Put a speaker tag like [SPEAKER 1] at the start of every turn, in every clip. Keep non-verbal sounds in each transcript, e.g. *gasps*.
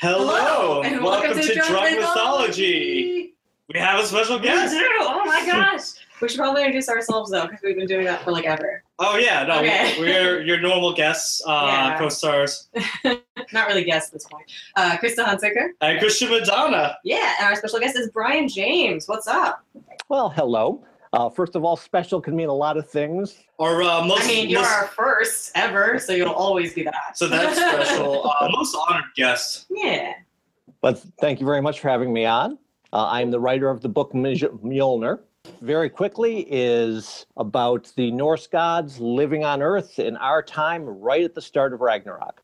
[SPEAKER 1] Hello, and welcome, to, Drunk Mythology. We have a special
[SPEAKER 2] Yes.
[SPEAKER 1] guest.
[SPEAKER 2] We do. Oh my gosh. We should probably introduce ourselves though, because we've been doing that for like ever.
[SPEAKER 1] Oh yeah, no,
[SPEAKER 2] Okay.
[SPEAKER 1] we're your normal guests, uh,
[SPEAKER 2] Yeah.
[SPEAKER 1] co-stars,
[SPEAKER 2] Not really guests at this point. Uh, Krista Hunsaker.
[SPEAKER 1] and Christian Madonna.
[SPEAKER 2] Yeah, and our special guest is Brian James. What's up?
[SPEAKER 3] Well, hello. Uh, first of all, special can mean a lot of things.
[SPEAKER 1] Or uh, most,
[SPEAKER 2] I mean, you're
[SPEAKER 1] most-
[SPEAKER 2] our first ever, so you'll always be that.
[SPEAKER 1] *laughs* so that's special. *laughs* Uh, most honored guest.
[SPEAKER 2] *laughs* yeah.
[SPEAKER 3] But thank you very much for having me on. Uh, I'm the writer of the book Mj- Mjolnir. Very quickly is about the Norse gods living on Earth in our time, right at the start of Ragnarok.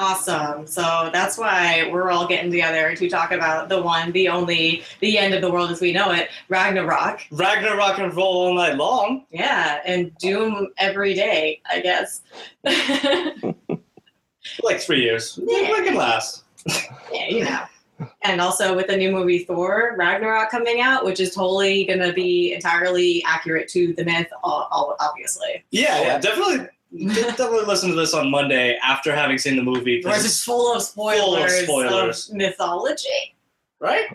[SPEAKER 2] Awesome. So that's why we're all getting together to talk about the one, the only, the end of the world as we know it, Ragnarok.
[SPEAKER 1] Ragnarok and roll all night long.
[SPEAKER 2] Yeah, and Doom every day, I guess. *laughs* yeah,
[SPEAKER 1] Like three years.
[SPEAKER 2] Yeah.
[SPEAKER 1] It can last.
[SPEAKER 2] you know. And also with the new movie Thor Ragnarok coming out, which is totally going to be entirely accurate to the myth, o- o- obviously.
[SPEAKER 1] Yeah, yeah,
[SPEAKER 3] Yeah.
[SPEAKER 1] definitely. Definitely listen to this on Monday after having seen the movie. 'cause
[SPEAKER 2] We're just full of spoilers,
[SPEAKER 1] spoilers.
[SPEAKER 2] of mythology. *laughs*
[SPEAKER 1] right?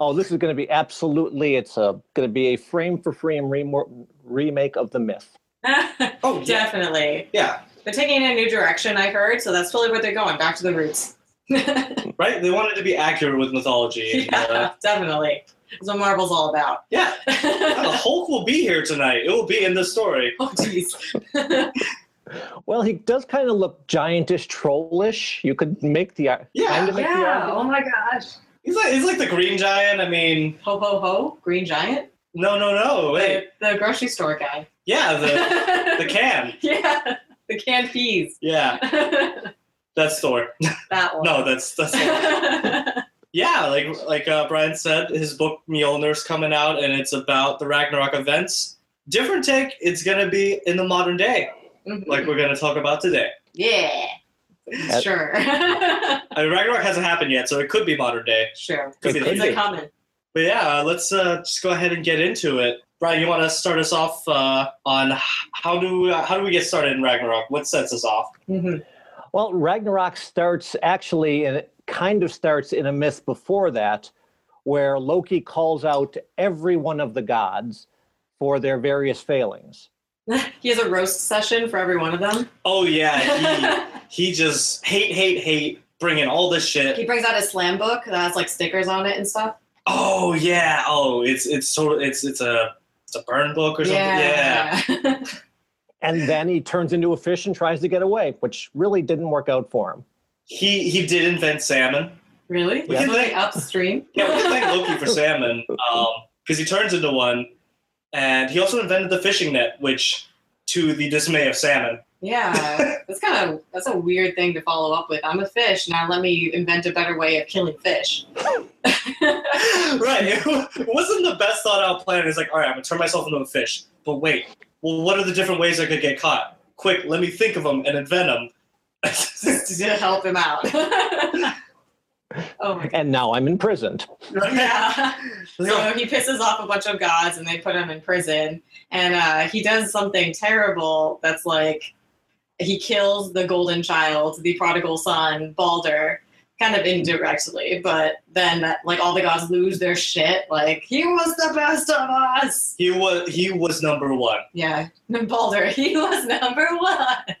[SPEAKER 3] Oh, this is going to be absolutely, it's a going to be a frame for frame remo- remake of the myth.
[SPEAKER 1] Oh yeah,
[SPEAKER 2] Definitely.
[SPEAKER 1] yeah.
[SPEAKER 2] They're taking it in a new direction, I've heard, so that's totally what they're going, back to the roots. *laughs*
[SPEAKER 1] Right? They wanted to be accurate with mythology. *laughs* and, uh,
[SPEAKER 2] yeah, definitely. That's what Marvel's all about. *laughs*
[SPEAKER 1] yeah. The Hulk will be here tonight. It will be in the story.
[SPEAKER 2] oh, jeez.
[SPEAKER 3] Well, he does kind of look giantish, trollish. You could make the ar-
[SPEAKER 1] Yeah.
[SPEAKER 3] kind of make the
[SPEAKER 2] Yeah,
[SPEAKER 3] argument.
[SPEAKER 2] oh my gosh.
[SPEAKER 1] He's like he's like the Green Giant. I mean,
[SPEAKER 2] Ho Ho Ho, Green Giant,
[SPEAKER 1] no, no, no. Wait,
[SPEAKER 2] The, the grocery store guy.
[SPEAKER 1] yeah, the the
[SPEAKER 2] *laughs*
[SPEAKER 1] can.
[SPEAKER 2] yeah, the canned peas.
[SPEAKER 1] Yeah,
[SPEAKER 2] *laughs* that
[SPEAKER 1] that's Thor.
[SPEAKER 2] one.
[SPEAKER 1] No, that's that's. Thor. Yeah, like like uh, Brian said, his book Mjolnir's coming out, and it's about the Ragnarok events. Different take. It's gonna be in the modern day,
[SPEAKER 2] *laughs* Mhm.
[SPEAKER 1] like we're gonna talk about today.
[SPEAKER 2] yeah,
[SPEAKER 3] That-
[SPEAKER 2] sure, *laughs*
[SPEAKER 1] I mean, Ragnarok hasn't happened yet, so it could be modern day.
[SPEAKER 2] sure.
[SPEAKER 1] Could be
[SPEAKER 3] It
[SPEAKER 1] the
[SPEAKER 2] It's
[SPEAKER 3] could
[SPEAKER 2] a
[SPEAKER 3] be.
[SPEAKER 2] common.
[SPEAKER 1] But yeah, uh, let's uh, just go ahead and get into it. Brian, you want to start us off uh, on h- how do uh, how do we get started in Ragnarok? What sets us off?
[SPEAKER 2] Mhm.
[SPEAKER 3] Well, Ragnarok starts actually, and it kind of starts in a myth before that, where Loki calls out every one of the gods for their various failings.
[SPEAKER 2] He has a roast session for every one of them.
[SPEAKER 1] Oh yeah,
[SPEAKER 2] *laughs*
[SPEAKER 1] *laughs* he he just hate hate hate bringing all this
[SPEAKER 2] he
[SPEAKER 1] shit.
[SPEAKER 2] brings out his slam book that has like stickers on it and stuff.
[SPEAKER 1] Oh yeah, oh it's it's sort of it's it's a it's a burn book or something. Yeah,
[SPEAKER 2] yeah.
[SPEAKER 3] And then he turns into a fish and tries to get away, which really didn't work out for him.
[SPEAKER 1] he he did invent salmon.
[SPEAKER 2] *laughs* really?
[SPEAKER 1] We can
[SPEAKER 2] He's moving
[SPEAKER 1] thank-
[SPEAKER 2] upstream.
[SPEAKER 1] *laughs* Yeah, we can thank Loki for salmon because he turns into one, and he also invented the fishing net, which to the dismay of salmon.
[SPEAKER 2] *laughs* Yeah, that's kind of that's a weird thing to follow up with. I'm a fish now. Let me invent a better way of killing fish. *laughs*
[SPEAKER 1] *laughs* right. It wasn't the best thought out plan. It's like, all right, I'm gonna turn myself into a fish. But wait, well, what are the different ways I could get caught? Quick, let me think of them and invent *laughs* them.
[SPEAKER 2] to help him out. *laughs* oh
[SPEAKER 3] *laughs*
[SPEAKER 2] my god!
[SPEAKER 3] And now I'm imprisoned.
[SPEAKER 2] Yeah. So he pisses off a bunch of gods, and they put him in prison. And uh, he does something terrible. That's like he kills the golden child, the prodigal son, Balder. Kind of indirectly, but then like all the gods lose their shit. Like he was the best of us.
[SPEAKER 1] He was he was number one.
[SPEAKER 2] Yeah, *laughs* Balder, he was number one.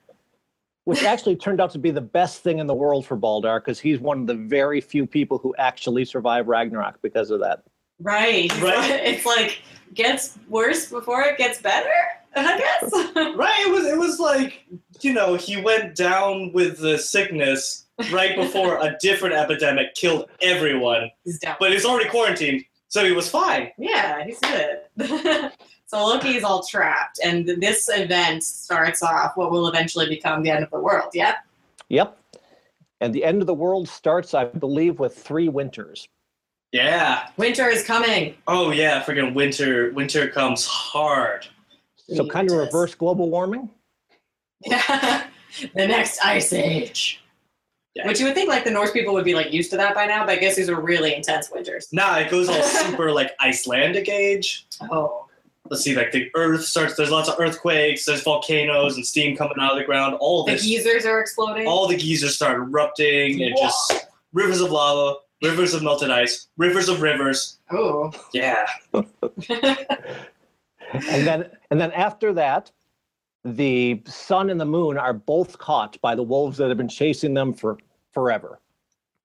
[SPEAKER 3] Which actually turned out to be the best thing in the world for Baldar, because he's one of the very few people who actually survived Ragnarok because of that.
[SPEAKER 2] Right.
[SPEAKER 1] Right.
[SPEAKER 2] It's like gets worse before it gets better, I guess. *laughs*
[SPEAKER 1] Right? It was it was like you know he went down with the sickness right before a different epidemic killed everyone,
[SPEAKER 2] he's down.
[SPEAKER 1] but he was already quarantined, so he was fine.
[SPEAKER 2] Yeah, he's good. *laughs* so Loki's all trapped, and this event starts off what will eventually become the end of the world. Yep.
[SPEAKER 3] Yep. And the end of the world starts, I believe, with three winters.
[SPEAKER 1] Yeah.
[SPEAKER 2] Winter is coming.
[SPEAKER 1] Oh yeah. Freaking winter. Winter comes hard.
[SPEAKER 3] So, kind of
[SPEAKER 2] Yes.
[SPEAKER 3] reverse global warming.
[SPEAKER 2] *laughs* Yeah. the next ice age.
[SPEAKER 1] Yeah.
[SPEAKER 2] Which you would think like the Norse people would be like used to that by now, but I guess these are really intense winters.
[SPEAKER 1] Nah, it goes all super like Icelandic age.
[SPEAKER 2] Oh.
[SPEAKER 1] let's see, like the earth starts. There's lots of earthquakes. There's volcanoes and steam coming out of the ground. All
[SPEAKER 2] The
[SPEAKER 1] this,
[SPEAKER 2] geezers are exploding.
[SPEAKER 1] all the geysers start erupting and
[SPEAKER 2] Whoa.
[SPEAKER 1] just rivers of lava, rivers of melted ice, rivers of rivers.
[SPEAKER 2] Oh.
[SPEAKER 1] Yeah.
[SPEAKER 3] and then and then after that the sun and the moon are both caught by the wolves that have been chasing them for forever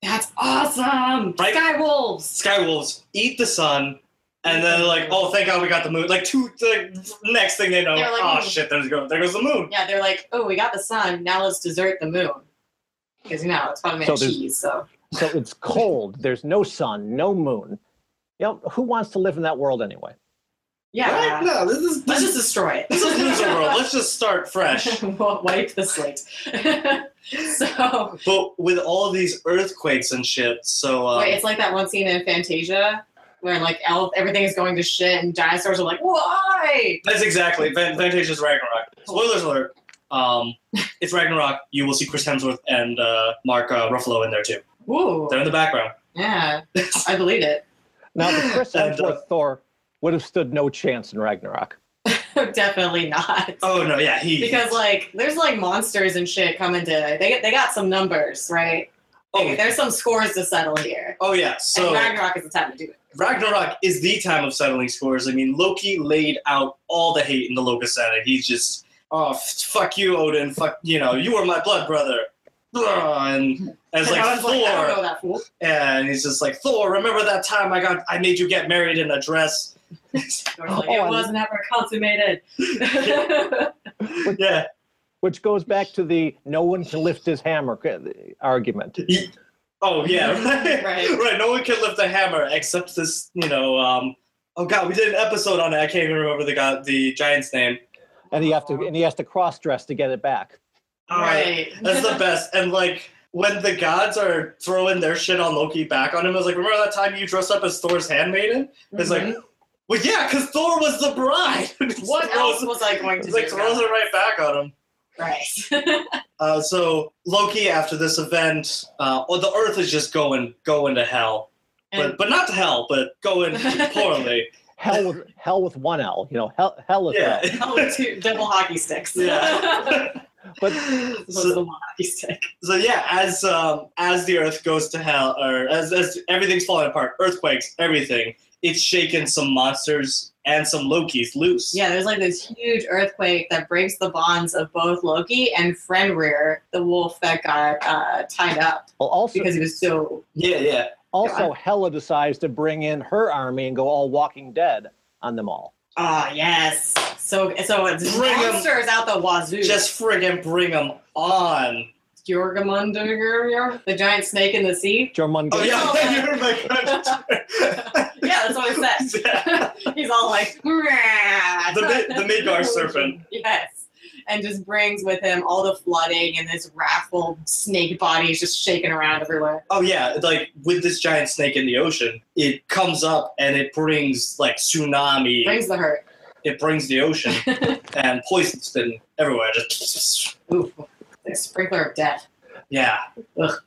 [SPEAKER 2] That's awesome.
[SPEAKER 1] Right.
[SPEAKER 2] Sky wolves.
[SPEAKER 1] Sky wolves eat the sun, and then they're like, oh, thank God we got the moon. Like, two, the next thing they know,
[SPEAKER 2] They're like,
[SPEAKER 1] oh
[SPEAKER 2] hmm.
[SPEAKER 1] shit, there's go, there goes the moon.
[SPEAKER 2] Yeah, they're like, oh, we got the sun. Now let's desert the moon. Because, you know, it's probably made
[SPEAKER 3] So
[SPEAKER 2] of
[SPEAKER 3] there's-
[SPEAKER 2] cheese. So,
[SPEAKER 3] so it's cold there's no sun no moon you know who wants to live in that world anyway
[SPEAKER 2] yeah.
[SPEAKER 1] Right? No, this is
[SPEAKER 2] Let's
[SPEAKER 1] this
[SPEAKER 2] just
[SPEAKER 1] is
[SPEAKER 2] destroy it.
[SPEAKER 1] this is loser world. Let's just start
[SPEAKER 2] *laughs*
[SPEAKER 1] fresh.
[SPEAKER 2] We'll Wipe the slate. *laughs* so,
[SPEAKER 1] But with all of these earthquakes and shit, so um,
[SPEAKER 2] wait, it's like that one scene in Fantasia where, like, elf, everything is going to shit and dinosaurs are like, why?
[SPEAKER 1] that's exactly Fan- Fantasia's Ragnarok. Spoilers alert.
[SPEAKER 2] *laughs*
[SPEAKER 1] Um, it's Ragnarok. You will see Chris Hemsworth and uh, Mark uh, Ruffalo in there too.
[SPEAKER 2] Ooh.
[SPEAKER 1] They're in the background.
[SPEAKER 2] Yeah. I believe it.
[SPEAKER 3] now the
[SPEAKER 1] *laughs*
[SPEAKER 3] chris
[SPEAKER 1] And, uh,
[SPEAKER 3] hemsworth thor would have stood no chance in ragnarok
[SPEAKER 2] *laughs* Definitely not.
[SPEAKER 1] Oh no, yeah, he.
[SPEAKER 2] Because like there's like monsters and shit coming to they they got some numbers right.
[SPEAKER 1] oh,
[SPEAKER 2] There's some scores to settle here.
[SPEAKER 1] oh yeah. So
[SPEAKER 2] and Ragnarok is the time to do it.
[SPEAKER 1] Ragnarok is the time of settling scores. I mean, Loki laid out all the hate in the Locust Senate. He's just, oh, f- fuck you, Odin. Fuck, you know, you are my blood brother. Blah, And as
[SPEAKER 2] And *laughs* I
[SPEAKER 1] like
[SPEAKER 2] was like, I don't know
[SPEAKER 1] Thor,
[SPEAKER 2] that fool.
[SPEAKER 1] and he's just like Thor. Remember that time I got, I made you get married in a dress.
[SPEAKER 2] They're like,
[SPEAKER 3] Oh, I-
[SPEAKER 2] it was never
[SPEAKER 1] *laughs*
[SPEAKER 2] consummated. *laughs*
[SPEAKER 1] Yeah,
[SPEAKER 3] which goes back to the no one can lift his hammer c- argument
[SPEAKER 1] Oh yeah, *laughs* right.
[SPEAKER 2] *laughs* Right.
[SPEAKER 1] No one can lift a hammer except this. You know. Um, oh god, we did an episode on it. I can't even remember the guy, the giant's name.
[SPEAKER 3] and he have to and he has to cross dress to get it back
[SPEAKER 2] right.
[SPEAKER 1] That's the best. And like when the gods are throwing their shit on Loki back on him, I was like, remember that time you dressed up as Thor's handmaiden? It's
[SPEAKER 2] *laughs*
[SPEAKER 1] like,
[SPEAKER 2] Mhm.
[SPEAKER 1] well, yeah, because Thor was the bride. *laughs* Just
[SPEAKER 2] what else
[SPEAKER 1] throws-
[SPEAKER 2] was I going to
[SPEAKER 1] Like
[SPEAKER 2] do?
[SPEAKER 1] throws it right back on him.
[SPEAKER 2] right.
[SPEAKER 1] Uh, so Loki, after this event, uh, well, the Earth is just going going to hell,
[SPEAKER 2] And-
[SPEAKER 1] but but not to hell, but
[SPEAKER 2] *laughs*
[SPEAKER 1] going poorly.
[SPEAKER 3] hell with hell with one l you know hell hell with
[SPEAKER 1] yeah.
[SPEAKER 3] L.
[SPEAKER 2] Oh, two double hockey sticks. *laughs*
[SPEAKER 1] Yeah.
[SPEAKER 3] But-
[SPEAKER 2] This
[SPEAKER 1] *laughs* So-
[SPEAKER 2] the one hockey stick.
[SPEAKER 1] so yeah, as um, as the Earth goes to hell, or as, as everything's falling apart, earthquakes, everything, it's shaken some monsters and some Loki's loose.
[SPEAKER 2] Yeah, there's like this huge earthquake that breaks the bonds of both Loki and Fenrir, the wolf that got uh, tied up
[SPEAKER 3] Well, also
[SPEAKER 2] because he was so.
[SPEAKER 1] yeah, yeah.
[SPEAKER 3] Also, Hela decides to bring in her army and go all Walking Dead on them all.
[SPEAKER 2] Ah, yes. So, so it's
[SPEAKER 1] Bring 'em.
[SPEAKER 2] monsters out the wazoo.
[SPEAKER 1] Just friggin' bring them on.
[SPEAKER 2] Jorgamundurgur, the giant snake in the sea.
[SPEAKER 3] Jormungandr.
[SPEAKER 1] Oh yeah, *laughs*
[SPEAKER 2] Yeah.
[SPEAKER 1] you're *laughs* my
[SPEAKER 2] Yeah, that's what it said. *laughs* He's all like "Rah."
[SPEAKER 1] The Mi-
[SPEAKER 2] *laughs*
[SPEAKER 1] the Midgar serpent.
[SPEAKER 2] Yes. And just brings with him all the flooding and this wrathful snake body is just shaking around everywhere.
[SPEAKER 1] Oh yeah, like with this giant snake in the ocean, it comes up and it brings like tsunami.
[SPEAKER 2] Brings the hurt.
[SPEAKER 1] it brings the ocean and poison's been everywhere. Just
[SPEAKER 2] Ooh. The sprinkler of death. *laughs*
[SPEAKER 1] yeah.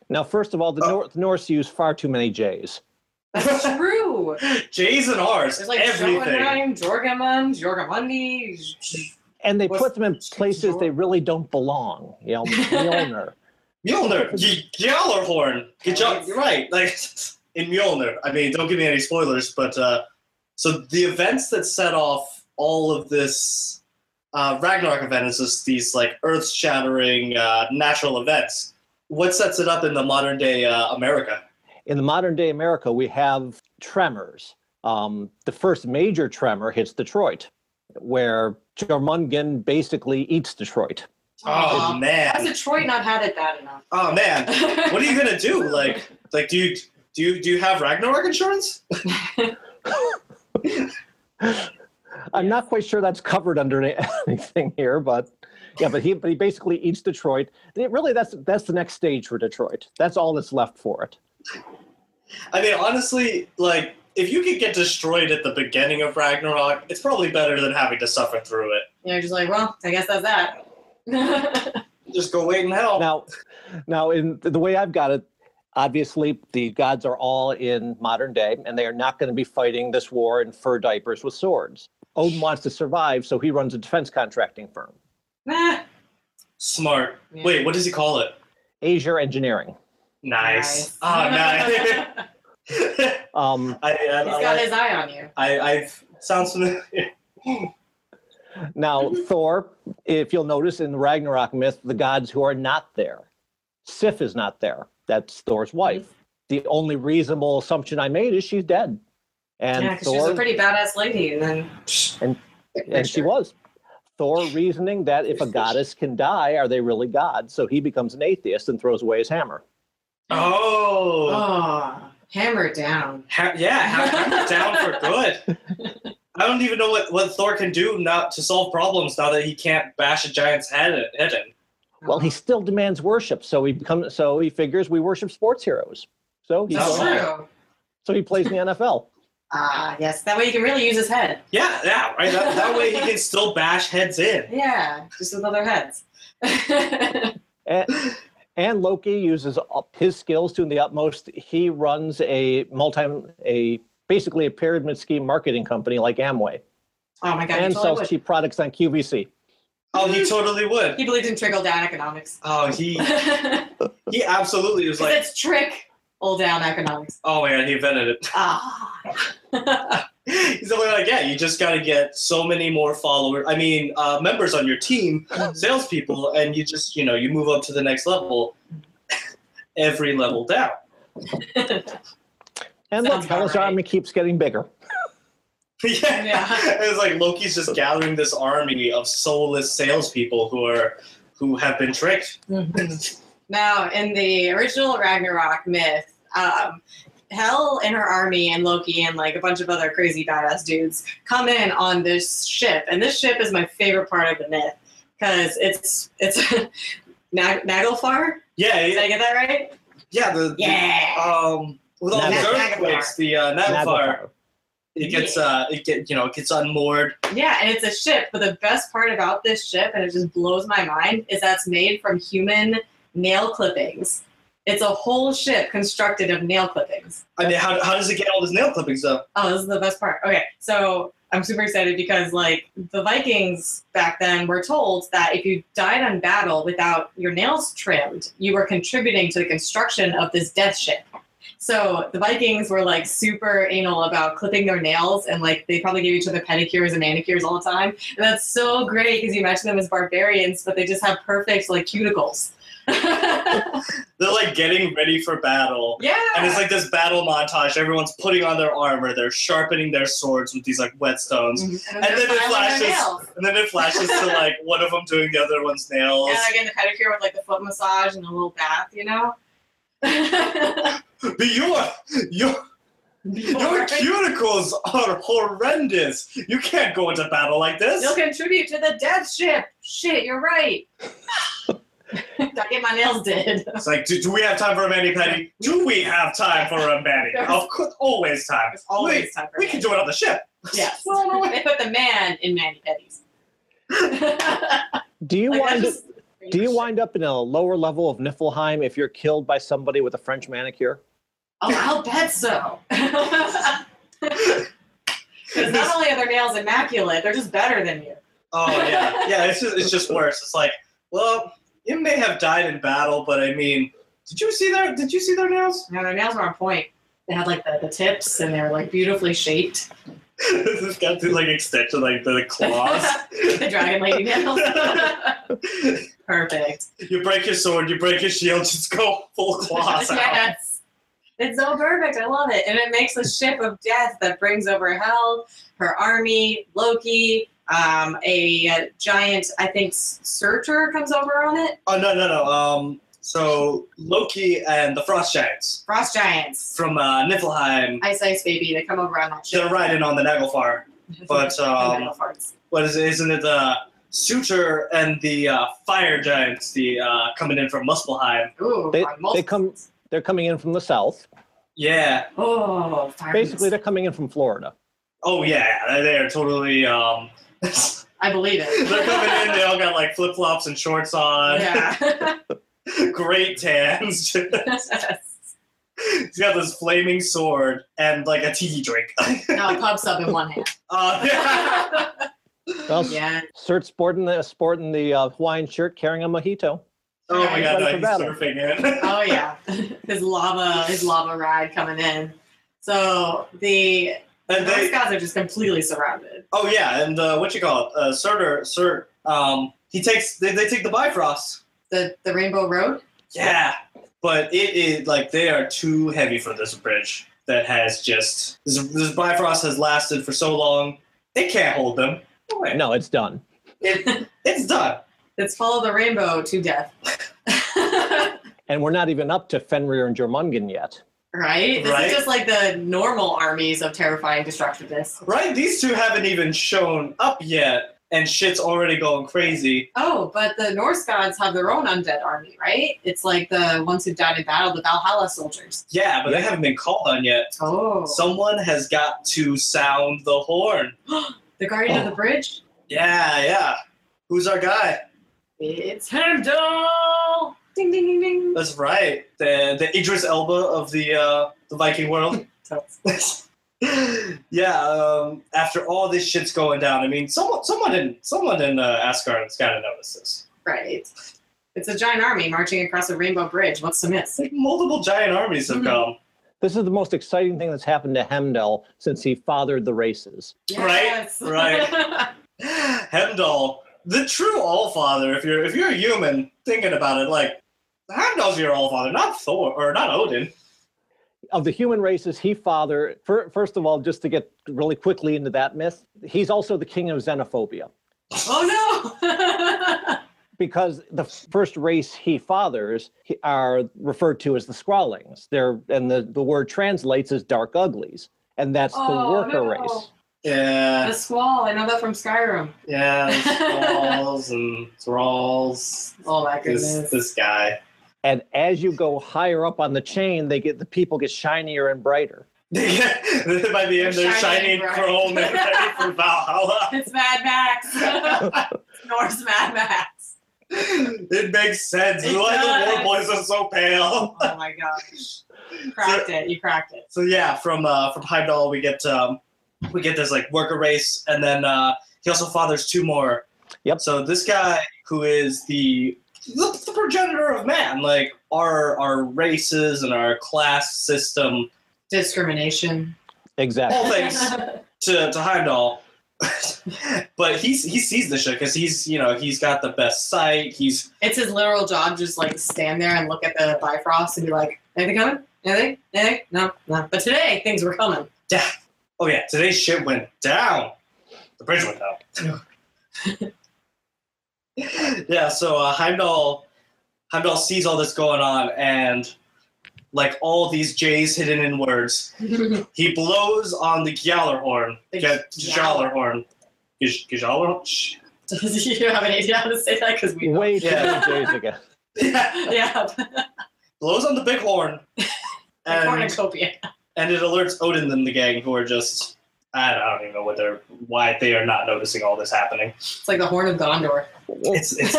[SPEAKER 3] Now, first of all, the,
[SPEAKER 1] Oh.
[SPEAKER 3] Nor- the Norse use far too many J's.
[SPEAKER 2] That's true.
[SPEAKER 1] J's and R's,
[SPEAKER 2] There's like
[SPEAKER 1] everything.
[SPEAKER 2] Jorgenheim, Jorgamund, Jorgamundi.
[SPEAKER 3] And they
[SPEAKER 1] What's-
[SPEAKER 3] put them in places they really don't belong. You know,
[SPEAKER 1] *laughs*
[SPEAKER 3] Mjolnir.
[SPEAKER 1] Mjolnir, y- Gjallarhorn. Good job. You're right. Like *laughs* in Mjolnir. I mean, don't give me any spoilers, but uh, so the events that set off all of this uh, Ragnarok event is just these like earth-shattering uh, natural events. What sets it up in the modern day uh, America?
[SPEAKER 3] In the modern day America, we have tremors. Um, the first major tremor hits Detroit, where Jormungand basically eats Detroit.
[SPEAKER 1] Oh
[SPEAKER 2] Aw. Has
[SPEAKER 1] man.
[SPEAKER 2] Detroit not had it bad *laughs* enough?
[SPEAKER 1] Oh man.
[SPEAKER 2] *laughs*
[SPEAKER 1] What are you gonna do? Like, like do you do you do you have Ragnarok insurance?
[SPEAKER 3] I'm not quite sure that's covered under *laughs* any- anything here, but yeah, but he but he basically eats Detroit. They- Really, that's that's the next stage for Detroit. That's all that's left for it.
[SPEAKER 1] I mean, honestly, like if you could get destroyed at the beginning of Ragnarok, it's probably better than having to suffer through it.
[SPEAKER 2] you know, just like, well, I guess that's *laughs* that.
[SPEAKER 1] Just go wait in hell.
[SPEAKER 3] Now, now in the way I've got it, obviously the gods are all in modern day, and they are not going to be fighting this war in fur diapers with swords. Odin wants to survive, so he runs a defense contracting firm,
[SPEAKER 2] Nah.
[SPEAKER 1] Smart.
[SPEAKER 2] Yeah.
[SPEAKER 1] Wait, what does he call it?
[SPEAKER 3] Azure Engineering.
[SPEAKER 1] Nice. Oh,
[SPEAKER 2] *laughs*
[SPEAKER 1] nice. *laughs* I,
[SPEAKER 3] Um,
[SPEAKER 1] I, uh, I
[SPEAKER 2] He's got
[SPEAKER 1] like-
[SPEAKER 2] his eye on you.
[SPEAKER 1] I, I've sounds familiar.
[SPEAKER 3] now,
[SPEAKER 2] Mm-hmm.
[SPEAKER 3] Thor, if you'll notice in the Ragnarok myth, the gods who are not there, Sif is not there. That's Thor's
[SPEAKER 2] Mm-hmm.
[SPEAKER 3] wife. The only reasonable assumption I made is she's dead. And
[SPEAKER 2] yeah, because
[SPEAKER 3] Thor,
[SPEAKER 2] she was a pretty badass lady, and then
[SPEAKER 3] And- and she
[SPEAKER 2] Sure.
[SPEAKER 3] was. Thor reasoning that if a goddess can die, are they really gods? So he becomes an atheist and throws away his hammer.
[SPEAKER 1] Oh,
[SPEAKER 2] Oh, hammer down.
[SPEAKER 1] Ha- yeah, ha- hammer down
[SPEAKER 2] *laughs*
[SPEAKER 1] for good. I don't even know what, what Thor can do not to solve problems now that he can't bash a giant's head in. Head in.
[SPEAKER 3] Well,
[SPEAKER 2] Uh-huh.
[SPEAKER 3] he still demands worship, so he becomes so he figures we worship sports heroes. So he
[SPEAKER 2] That's
[SPEAKER 1] Oh, wow.
[SPEAKER 2] true.
[SPEAKER 3] so he plays in the NFL.
[SPEAKER 2] Ah, yes. That way you can really use his head.
[SPEAKER 1] Yeah, yeah, right. That, that way he can still bash heads in.
[SPEAKER 2] Yeah, just with other heads. *laughs* Oh
[SPEAKER 3] And, and Loki uses up his skills to the utmost. He runs a multi a basically a pyramid scheme marketing company like Amway
[SPEAKER 2] oh my god, he,
[SPEAKER 3] and
[SPEAKER 2] totally
[SPEAKER 3] sells
[SPEAKER 2] would.
[SPEAKER 3] cheap products on QVC.
[SPEAKER 1] Oh, he totally would.
[SPEAKER 2] he believed in trickle down economics.
[SPEAKER 1] Oh,
[SPEAKER 2] *laughs*
[SPEAKER 1] he
[SPEAKER 2] Because
[SPEAKER 1] he absolutely was like,
[SPEAKER 2] it's trick all down economics.
[SPEAKER 1] oh my god, he invented it. *laughs*
[SPEAKER 2] Ah.
[SPEAKER 1] He's definitely like, yeah, you just got to get so many more followers. I mean, uh, members on your team,
[SPEAKER 2] Mm-hmm.
[SPEAKER 1] salespeople, and you just, you know, you move up to the next level, *laughs* every level down. *laughs*
[SPEAKER 3] And
[SPEAKER 2] Sounds about
[SPEAKER 3] look, Hell's
[SPEAKER 2] right.
[SPEAKER 3] army keeps getting bigger.
[SPEAKER 1] yeah.
[SPEAKER 2] Yeah.
[SPEAKER 1] It's like Loki's just gathering this army of soulless salespeople who are who have been tricked.
[SPEAKER 2] Mhm. now, in the original Ragnarok myth, um, Hel and her army and Loki and like a bunch of other crazy badass dudes come in on this ship, and this ship is my favorite part of the myth because it's it's *laughs* Nag- Naglfar.
[SPEAKER 1] Yeah,
[SPEAKER 2] Did
[SPEAKER 1] yeah,
[SPEAKER 2] I get that right?
[SPEAKER 1] yeah. The, the-
[SPEAKER 2] Yeah.
[SPEAKER 1] um, with all these
[SPEAKER 2] Nag-
[SPEAKER 1] earthquakes, the uh, Nagfire,
[SPEAKER 3] Nagafire.
[SPEAKER 1] it gets uh, it get you know, it gets unmoored.
[SPEAKER 2] Yeah, and it's a ship. But the best part about this ship, and it just blows my mind, is that's made from human nail clippings. It's a whole ship constructed of nail clippings.
[SPEAKER 1] I mean, how, how does it get all this nail clippings though?
[SPEAKER 2] Oh, this is the best part. Okay, so I'm super excited because like the Vikings back then were told that if you died on battle without your nails trimmed, you were contributing to the construction of this death ship. So the Vikings were like super anal about clipping their nails and like they probably gave each other pedicures and manicures all the time. And that's so great because you imagine them as barbarians, but they just have perfect like cuticles. *laughs* yeah.
[SPEAKER 1] They're like getting ready for battle. And it's like this battle montage. Everyone's putting on their armor. They're sharpening their swords with these like whetstones.
[SPEAKER 2] and then,
[SPEAKER 1] and then it flashes-
[SPEAKER 2] Nails.
[SPEAKER 1] And then it flashes to like one of them doing the other one's nails.
[SPEAKER 2] Yeah, like in the pedicure with like the foot massage and a little bath, you know?
[SPEAKER 1] But your your
[SPEAKER 2] *laughs*
[SPEAKER 1] your cuticles are horrendous. You can't go into battle like this.
[SPEAKER 2] You'll contribute to the death ship. Shit, you're right. I get my nails did.
[SPEAKER 1] It's like, do, do we have time for a mani petty? Do we have time for a mani? Of course, always time.
[SPEAKER 2] There's always time for
[SPEAKER 1] We, we can do it on the ship.
[SPEAKER 2] Yes. they put the man in mani pedis.
[SPEAKER 3] Do you
[SPEAKER 2] Like,
[SPEAKER 3] want
[SPEAKER 2] that's
[SPEAKER 3] to
[SPEAKER 2] just-
[SPEAKER 3] Do you wind up in a lower level of Niflheim if you're killed by somebody with a French manicure?
[SPEAKER 2] Oh, I'll bet so. Because not only are their nails immaculate, they're just better than you.
[SPEAKER 1] Oh
[SPEAKER 2] *laughs*
[SPEAKER 1] yeah, yeah. It's just, it's just worse. It's like, well, you may have died in battle, but I mean, did you see their did you see their *laughs* nails?
[SPEAKER 2] Now their nails were on point. They had like the, the tips and they were like beautifully shaped.
[SPEAKER 1] this has got to like extension like the claws.
[SPEAKER 2] *laughs* the dragon lady
[SPEAKER 1] *laughs*
[SPEAKER 2] nails. Perfect.
[SPEAKER 1] you break your sword, you break your shield, just go full claws out.
[SPEAKER 2] yes. It's so perfect. I love it. And it makes a ship of death that brings over Hell, her army, Loki, um, a, uh giant, I think, s- Surtur comes over on it.
[SPEAKER 1] Oh no no no. Um, so Loki and the Frost Giants
[SPEAKER 2] Frost Giants.
[SPEAKER 1] from uh, Niflheim,
[SPEAKER 2] Ice Ice Baby. They come over on that ship.
[SPEAKER 1] they're riding on the Naglfar.
[SPEAKER 2] *laughs*
[SPEAKER 1] But
[SPEAKER 2] And
[SPEAKER 1] um,
[SPEAKER 2] metal farts.
[SPEAKER 1] what is it? Isn't it the Suture and the uh, Fire Giants? The uh, coming in from Muspelheim.
[SPEAKER 2] Ooh,
[SPEAKER 3] they-
[SPEAKER 2] on multiple-
[SPEAKER 3] they come- They're coming in from the south.
[SPEAKER 1] Yeah.
[SPEAKER 2] Oh, fire
[SPEAKER 3] Basically,
[SPEAKER 2] beams.
[SPEAKER 3] they're coming in from Florida.
[SPEAKER 1] Oh yeah. They are totally. Um, *laughs* they're
[SPEAKER 2] I believe it.
[SPEAKER 1] coming in.
[SPEAKER 2] *laughs*
[SPEAKER 1] They all got like flip flops and shorts on.
[SPEAKER 2] yeah.
[SPEAKER 1] *laughs*
[SPEAKER 2] *laughs*
[SPEAKER 1] Great tans. *laughs* He's got this flaming sword and like a tiki drink. *laughs*
[SPEAKER 2] no, pub sub in one hand.
[SPEAKER 1] uh, yeah.
[SPEAKER 3] Well,
[SPEAKER 2] yeah.
[SPEAKER 3] Surt sporting the sporting the uh, Hawaiian shirt, carrying a mojito.
[SPEAKER 1] Oh my god, no,
[SPEAKER 3] Ready for
[SPEAKER 1] he's
[SPEAKER 3] battle.
[SPEAKER 1] surfing in. *laughs*
[SPEAKER 2] oh yeah, his lava his lava ride coming in. So the
[SPEAKER 1] and
[SPEAKER 2] those
[SPEAKER 1] they,
[SPEAKER 2] guys are just completely surrounded.
[SPEAKER 1] oh yeah, and uh, what you call it? Uh, Surtur, Sir, um, he takes they, they take the Bifrost.
[SPEAKER 2] The the Rainbow Road.
[SPEAKER 1] Yeah, but it is like they are too heavy for this bridge that has just this, this Bifrost has lasted for so long. It can't hold them. Boy,
[SPEAKER 3] No, it's done.
[SPEAKER 2] *laughs*
[SPEAKER 1] it, it's done.
[SPEAKER 2] Let's follow the rainbow to death. *laughs*
[SPEAKER 3] And we're not even up to Fenrir and Jormungand yet.
[SPEAKER 2] right? This
[SPEAKER 1] Right.
[SPEAKER 2] is just like the normal armies of terrifying destructiveness.
[SPEAKER 1] Right? These two haven't even shown up yet, and shit's already going crazy.
[SPEAKER 2] Oh, but the Norse gods have their own undead army, right? It's like the ones who died in battle, the Valhalla soldiers.
[SPEAKER 1] Yeah, but they haven't been called on yet.
[SPEAKER 2] Oh.
[SPEAKER 1] Someone has got to sound the horn.
[SPEAKER 2] the Guardian
[SPEAKER 1] Oh.
[SPEAKER 2] of the Bridge?
[SPEAKER 1] Yeah, yeah. Who's our guy?
[SPEAKER 2] It's Heimdall! Ding, ding, ding, ding.
[SPEAKER 1] That's right. The the Idris Elba of the uh, the Viking world.
[SPEAKER 2] That's-
[SPEAKER 1] yeah. Um, after all this shit's going down, I mean, someone someone in someone in uh, Asgard's got to notice this.
[SPEAKER 2] Right. It's a giant army marching across a rainbow bridge. What's the miss?
[SPEAKER 1] It's like multiple giant armies have
[SPEAKER 2] Mhm.
[SPEAKER 1] come. *gasps*
[SPEAKER 3] This is the most exciting thing that's happened to Hemdell since he fathered the races.
[SPEAKER 2] Yes.
[SPEAKER 1] Right, Heimdall, the true Allfather. If you're if you're a human thinking about it, like Heimdall's your Allfather, not Thor or not Odin.
[SPEAKER 3] Of the human races, he fathered, fir- first of all, just to get really quickly into that myth, he's also the king of xenophobia
[SPEAKER 2] *laughs* oh no! *laughs*
[SPEAKER 3] because the f- first race he fathers he- are referred to as the Squallings. They're, and the, the word translates as dark uglies. And that's the
[SPEAKER 2] Oh,
[SPEAKER 3] worker
[SPEAKER 2] no.
[SPEAKER 3] race.
[SPEAKER 2] the
[SPEAKER 1] Yeah,
[SPEAKER 2] squall. I know that from Skyrim.
[SPEAKER 1] yeah, Squalls and Thralls.
[SPEAKER 2] Oh my
[SPEAKER 1] This
[SPEAKER 2] goodness.
[SPEAKER 1] this guy.
[SPEAKER 3] And as you go higher up on the chain, they get the people get shinier and brighter.
[SPEAKER 1] *laughs* Yeah, by the end, they're shiny
[SPEAKER 2] Shining
[SPEAKER 1] and
[SPEAKER 2] bright.
[SPEAKER 1] chrome
[SPEAKER 2] *laughs*
[SPEAKER 1] and ready for Valhalla.
[SPEAKER 2] It's Mad Max. *laughs* Norse Mad Max.
[SPEAKER 1] it makes sense.
[SPEAKER 2] It
[SPEAKER 1] Why
[SPEAKER 2] does.
[SPEAKER 1] the war boys are so pale?
[SPEAKER 2] Oh my gosh. Cracked it. You cracked it.
[SPEAKER 1] So yeah, from uh, from Heimdall, we get um, we get this like worker race, and then uh, he also fathers two more.
[SPEAKER 3] Yep.
[SPEAKER 1] So this guy who is the the, the progenitor of man, like our our races and our class system,
[SPEAKER 2] Discrimination.
[SPEAKER 3] Exactly.
[SPEAKER 2] Oh,
[SPEAKER 1] all things. to, to Heimdall. *laughs* but he's he sees the shit because he's you know he's got the best sight. He's
[SPEAKER 2] *laughs* it's his literal job just like stand there and look at the Bifrost and be like, anything coming? Anything? Anything? No, no. But today things were coming. *laughs*
[SPEAKER 1] oh yeah, today's shit went down. The bridge went down. *laughs* yeah, so uh, Heimdall Heimdall sees all this going on and like all these J's hidden in words,
[SPEAKER 2] the
[SPEAKER 1] he blows on the Gjallarhorn.
[SPEAKER 2] The
[SPEAKER 1] Get Gjallarhorn. Gj- Gjallarhorn.
[SPEAKER 2] Do you have any idea how to say that? Because we don't.
[SPEAKER 3] Way too
[SPEAKER 1] Yeah.
[SPEAKER 3] many days ago.
[SPEAKER 1] Yeah,
[SPEAKER 2] *laughs* Yeah.
[SPEAKER 1] *laughs* blows on the big horn. And
[SPEAKER 2] Cornucopia.
[SPEAKER 1] And it alerts Odin and the gang, who are just I don't, I don't even know what they're why they are not noticing all this happening.
[SPEAKER 2] It's like the horn of *laughs* Gondor.
[SPEAKER 3] Well,
[SPEAKER 1] It's it's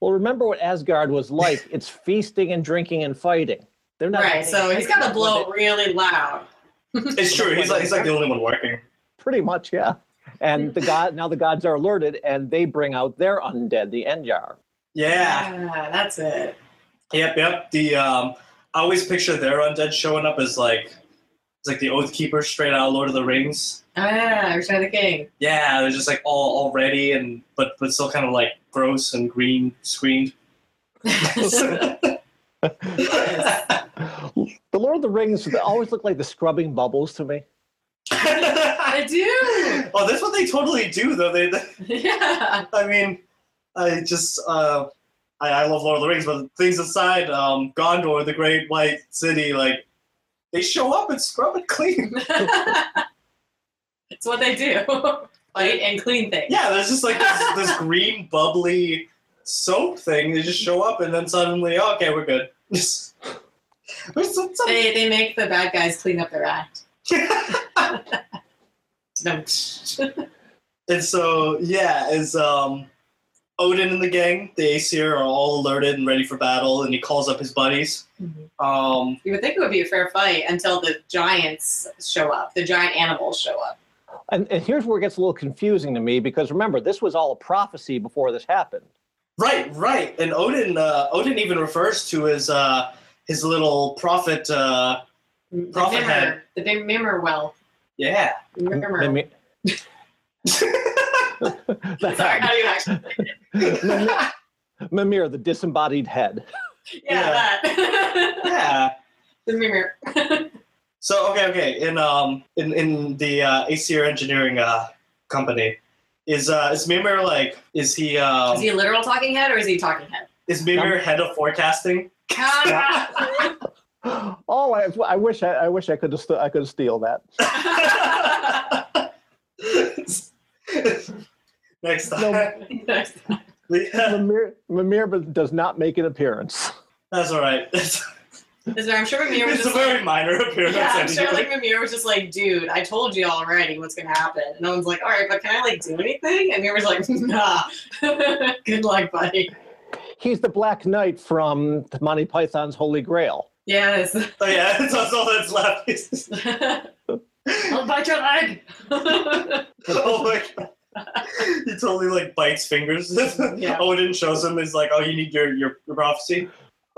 [SPEAKER 3] well, remember what Asgard was like. It's feasting and drinking and fighting. They're not
[SPEAKER 2] right. So he's got to blow it really loud.
[SPEAKER 1] it's true. He's like he's like the only one working.
[SPEAKER 3] pretty much, yeah. And the god now the gods are alerted and they bring out their undead, the Enyar.
[SPEAKER 1] Yeah.
[SPEAKER 2] that's it.
[SPEAKER 1] Yep. Yep. The um, I always picture their undead showing up as like it's like the Oath Keeper straight out of Lord of the Rings.
[SPEAKER 2] Ah, Return of the King.
[SPEAKER 1] Yeah, they're just like all all ready and but but still kind of like gross and green screened. *laughs*
[SPEAKER 2] *laughs*
[SPEAKER 3] The Lord of the Rings they always look like the scrubbing bubbles to me.
[SPEAKER 2] I *laughs* do.
[SPEAKER 1] Oh, that's what they totally do though. They, they
[SPEAKER 2] Yeah. *laughs*
[SPEAKER 1] I mean, I just uh, I, I love Lord of the Rings, but things aside, um, Gondor, the Great White City, like they show up and scrub it *laughs* clean.
[SPEAKER 2] it's what they do. *laughs* Fight and clean things.
[SPEAKER 1] yeah, there's just like this, this green bubbly soap thing. They just show up and then suddenly, oh, okay, we're good. *laughs* There's some- some-
[SPEAKER 2] They, they make the bad guys clean up their *laughs* act. Dum-tsh.
[SPEAKER 1] and so yeah, is um. Odin and the gang, the Aesir, are all alerted and ready for battle, and he calls up his buddies.
[SPEAKER 2] you
[SPEAKER 1] Um,
[SPEAKER 2] would think it would be a fair fight until the giants show up, the giant animals show up.
[SPEAKER 3] And, and here's where it gets a little confusing to me because remember, this was all a prophecy before this happened.
[SPEAKER 1] Right, right. And Odin, uh, Odin even refers to his uh, his little prophet uh,
[SPEAKER 2] Mm,
[SPEAKER 1] prophet head.
[SPEAKER 2] Mimir, the big Mimmer well.
[SPEAKER 1] Yeah. *laughs*
[SPEAKER 2] Mimmer. *laughs*
[SPEAKER 3] Mimi-
[SPEAKER 2] Sorry, how do you actually?
[SPEAKER 3] Mimi- Mimir, the disembodied head. *gasps*
[SPEAKER 2] Yeah,
[SPEAKER 1] Yeah. *laughs*
[SPEAKER 2] that.
[SPEAKER 1] yeah.
[SPEAKER 2] the Mimir.
[SPEAKER 1] So okay, okay. In um in in the uh, ACR engineering uh, company, is uh is Mimir like is he um
[SPEAKER 2] Is he a literal talking head or is he a talking
[SPEAKER 1] *laughs*
[SPEAKER 2] head?
[SPEAKER 1] is Mimir head of forecasting? *laughs*
[SPEAKER 3] Oh, I, I wish I, I wish I could have st- I could have steal that.
[SPEAKER 1] Next time. *laughs*
[SPEAKER 3] No. Mimir, Mimir does not make an appearance.
[SPEAKER 1] That's all right. *laughs* It's,
[SPEAKER 2] Is there, I'm sure Mimir was
[SPEAKER 1] it's a
[SPEAKER 2] just
[SPEAKER 1] very
[SPEAKER 2] like,
[SPEAKER 1] minor appearance.
[SPEAKER 2] yeah, I'm sure
[SPEAKER 1] anyway.
[SPEAKER 2] like Mimir was just like, dude, I told you already what's gonna happen. And no one's like, all right, but can I like do anything? And Mimir was like, nah. *laughs* Good luck, buddy.
[SPEAKER 3] He's the Black Knight from Monty Python's Holy Grail.
[SPEAKER 2] Yes. *laughs*
[SPEAKER 1] oh yeah, *laughs* that's, that's all that's left. *laughs*
[SPEAKER 2] I'll bite your leg.
[SPEAKER 1] *laughs*
[SPEAKER 2] *laughs*
[SPEAKER 1] oh my god. He totally like bites fingers.
[SPEAKER 2] Yeah.
[SPEAKER 1] *laughs* Odin shows him is like, oh, you need your, your, your prophecy.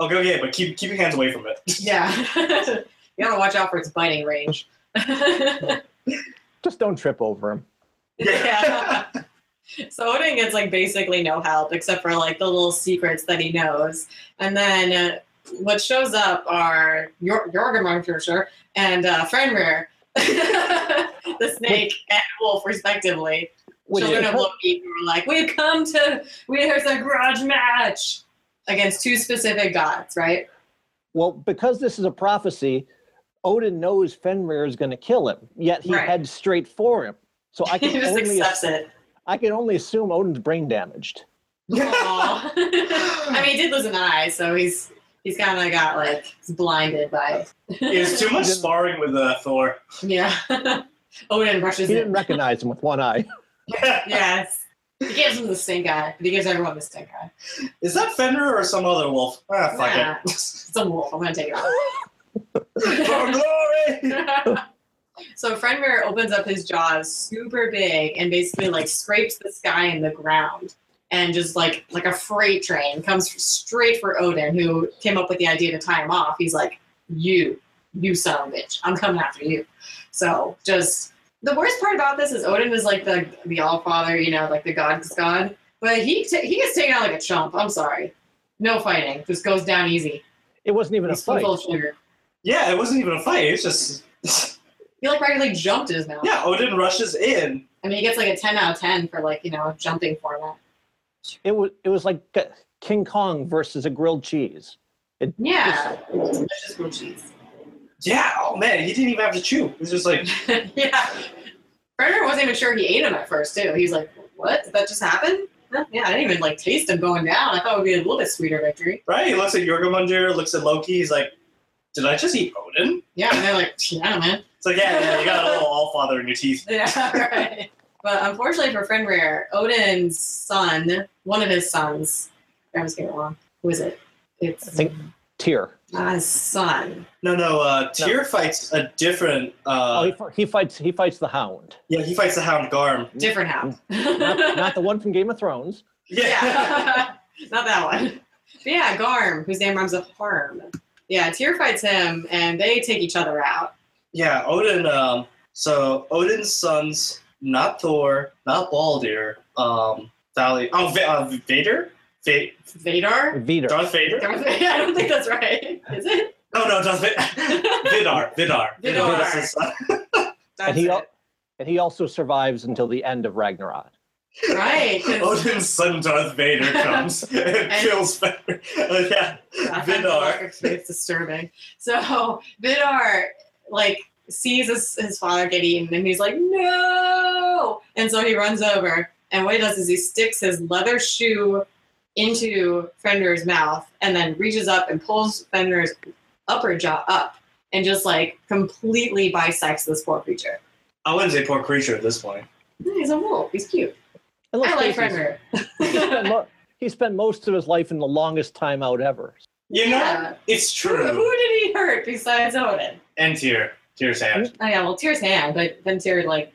[SPEAKER 1] Okay, okay, but keep keep your hands away from it. *laughs*
[SPEAKER 2] yeah. *laughs* you gotta watch out for its biting range.
[SPEAKER 3] Just don't trip over him.
[SPEAKER 2] *laughs* yeah. So Odin gets like basically no help except for like the little secrets that he knows, and then uh, what shows up are Yor- Jorgamon for sure and uh, Fenrir, *laughs* the snake and wolf respectively.
[SPEAKER 3] Which-
[SPEAKER 2] Children of Loki who were like, we've come to we there's a grudge match against two specific gods, right?
[SPEAKER 3] Well, because this is a prophecy, Odin knows Fenrir is going to kill him, yet he
[SPEAKER 2] Right.
[SPEAKER 3] heads straight for him. So
[SPEAKER 2] *laughs*
[SPEAKER 3] I
[SPEAKER 2] he
[SPEAKER 3] can
[SPEAKER 2] just
[SPEAKER 3] only
[SPEAKER 2] accepts it.
[SPEAKER 3] I can only assume Odin's brain damaged.
[SPEAKER 2] Aw. *laughs* I mean, he did lose an eye, so he's he's kind of got like he's blinded by. *laughs*
[SPEAKER 1] It's too much sparring with uh, Thor.
[SPEAKER 2] Yeah. Oh, Odin
[SPEAKER 3] He
[SPEAKER 1] *laughs*
[SPEAKER 2] brushes
[SPEAKER 3] didn't
[SPEAKER 2] it.
[SPEAKER 3] recognize him with one eye.
[SPEAKER 2] Yes. He gives him the stink eye, but he gives everyone the stink eye.
[SPEAKER 1] Is that Fender or some other wolf? Ah, fuck
[SPEAKER 2] Nah.
[SPEAKER 1] it.
[SPEAKER 2] *laughs* It's a wolf. I'm gonna take it
[SPEAKER 1] For *laughs*
[SPEAKER 2] off.
[SPEAKER 1] glory!
[SPEAKER 2] *laughs* so Fenrir opens up his jaws super big and basically like scrapes the sky and the ground. And just like like a freight train comes straight for Odin, who came up with the idea to tie him off. He's like, "You, you son of a bitch, I'm coming after you." So just the worst part about this is Odin is like the the All Father, you know, like the God's God, but he ta he gets taken out like a chump. I'm sorry, no fighting, just goes down easy.
[SPEAKER 3] It wasn't even a
[SPEAKER 2] He's full
[SPEAKER 3] fight.
[SPEAKER 2] of sugar.
[SPEAKER 1] Yeah, it wasn't even a fight. It's just *laughs*
[SPEAKER 2] He like practically jumped in his mouth.
[SPEAKER 1] yeah. Odin rushes in.
[SPEAKER 2] I mean, he gets like a 10 out of 10 for like, you know, jumping format.
[SPEAKER 3] It was it was like uh, King Kong versus a grilled cheese.
[SPEAKER 2] Yeah. Delicious grilled cheese.
[SPEAKER 1] Yeah. Oh man, he didn't even have to chew. It was just like
[SPEAKER 2] *laughs* yeah. Brenner wasn't even sure he ate him at first, too. He's like, what? Did that just happen? Huh? Yeah, I didn't even like taste him going down. I thought it would be a little bit sweeter victory.
[SPEAKER 1] right. He looks at Jorgamundr, looks at Loki. He's like, "Did I just eat Odin?"
[SPEAKER 2] Yeah, and they're like, yeah, man.
[SPEAKER 1] It's like, yeah, yeah. You got a little all father in your teeth.
[SPEAKER 2] *laughs* Yeah, right. But unfortunately for Fenrir, Odin's son, one of his sons, I was getting it wrong. Who is it? It's
[SPEAKER 3] I think Tyr.
[SPEAKER 2] uh, his son.
[SPEAKER 1] No, no. Uh, Tyr fights a different.
[SPEAKER 3] oh, he,
[SPEAKER 1] Uh,
[SPEAKER 3] fi- he fights he fights the Hound,
[SPEAKER 1] yeah, he fights the Hound Garm.
[SPEAKER 2] Different hound.
[SPEAKER 3] not, not the one from Game of Thrones.
[SPEAKER 1] Yeah.
[SPEAKER 2] Yeah. Not that one. But yeah, Garm, whose name rhymes with harm. Yeah, Tyr fights him and they take each other out.
[SPEAKER 1] *laughs* Yeah, Odin. Um, so Odin's sons, not Thor, not Baldir, um, Thali. Oh, Va- uh, Vader. Va-
[SPEAKER 2] Vadar?
[SPEAKER 3] Vidar.
[SPEAKER 1] Darth Vader.
[SPEAKER 2] Darth Vader? *laughs* I don't think that's right. Is it?
[SPEAKER 1] No, no, Darth Vader. *laughs* Vidar. Vidar.
[SPEAKER 2] *laughs* Vidar.
[SPEAKER 1] is his son.
[SPEAKER 2] That's
[SPEAKER 3] And he al-
[SPEAKER 2] it.
[SPEAKER 3] and he also survives until the end of Ragnarok.
[SPEAKER 2] Right. 'cause
[SPEAKER 1] Odin's son Darth Vader
[SPEAKER 2] *laughs*
[SPEAKER 1] comes and, kills Vader. *laughs* Uh, yeah,
[SPEAKER 2] I find
[SPEAKER 1] Vidar.
[SPEAKER 2] that It's disturbing. So Vidar, like, sees his, his father get eaten and he's like, no. And so he runs over. And what he does is he sticks his leather shoe into Fenrir's mouth and then reaches up and pulls Fenrir's upper jaw up and just like completely bisects this poor creature.
[SPEAKER 1] I wouldn't say poor creature at this point.
[SPEAKER 2] He's a wolf. He's cute.
[SPEAKER 3] And let's
[SPEAKER 2] I like
[SPEAKER 3] face
[SPEAKER 2] Fenrir.
[SPEAKER 3] it, He spent, mo- he spent most of his life in the longest time out ever.
[SPEAKER 1] You know,
[SPEAKER 2] Yeah.
[SPEAKER 1] it's
[SPEAKER 2] Who,
[SPEAKER 1] true.
[SPEAKER 2] *laughs* who did he hurt besides Odin?
[SPEAKER 1] And Tyr. Tyr's hand.
[SPEAKER 2] Oh yeah, well, Tyr's hand, but then Tyr like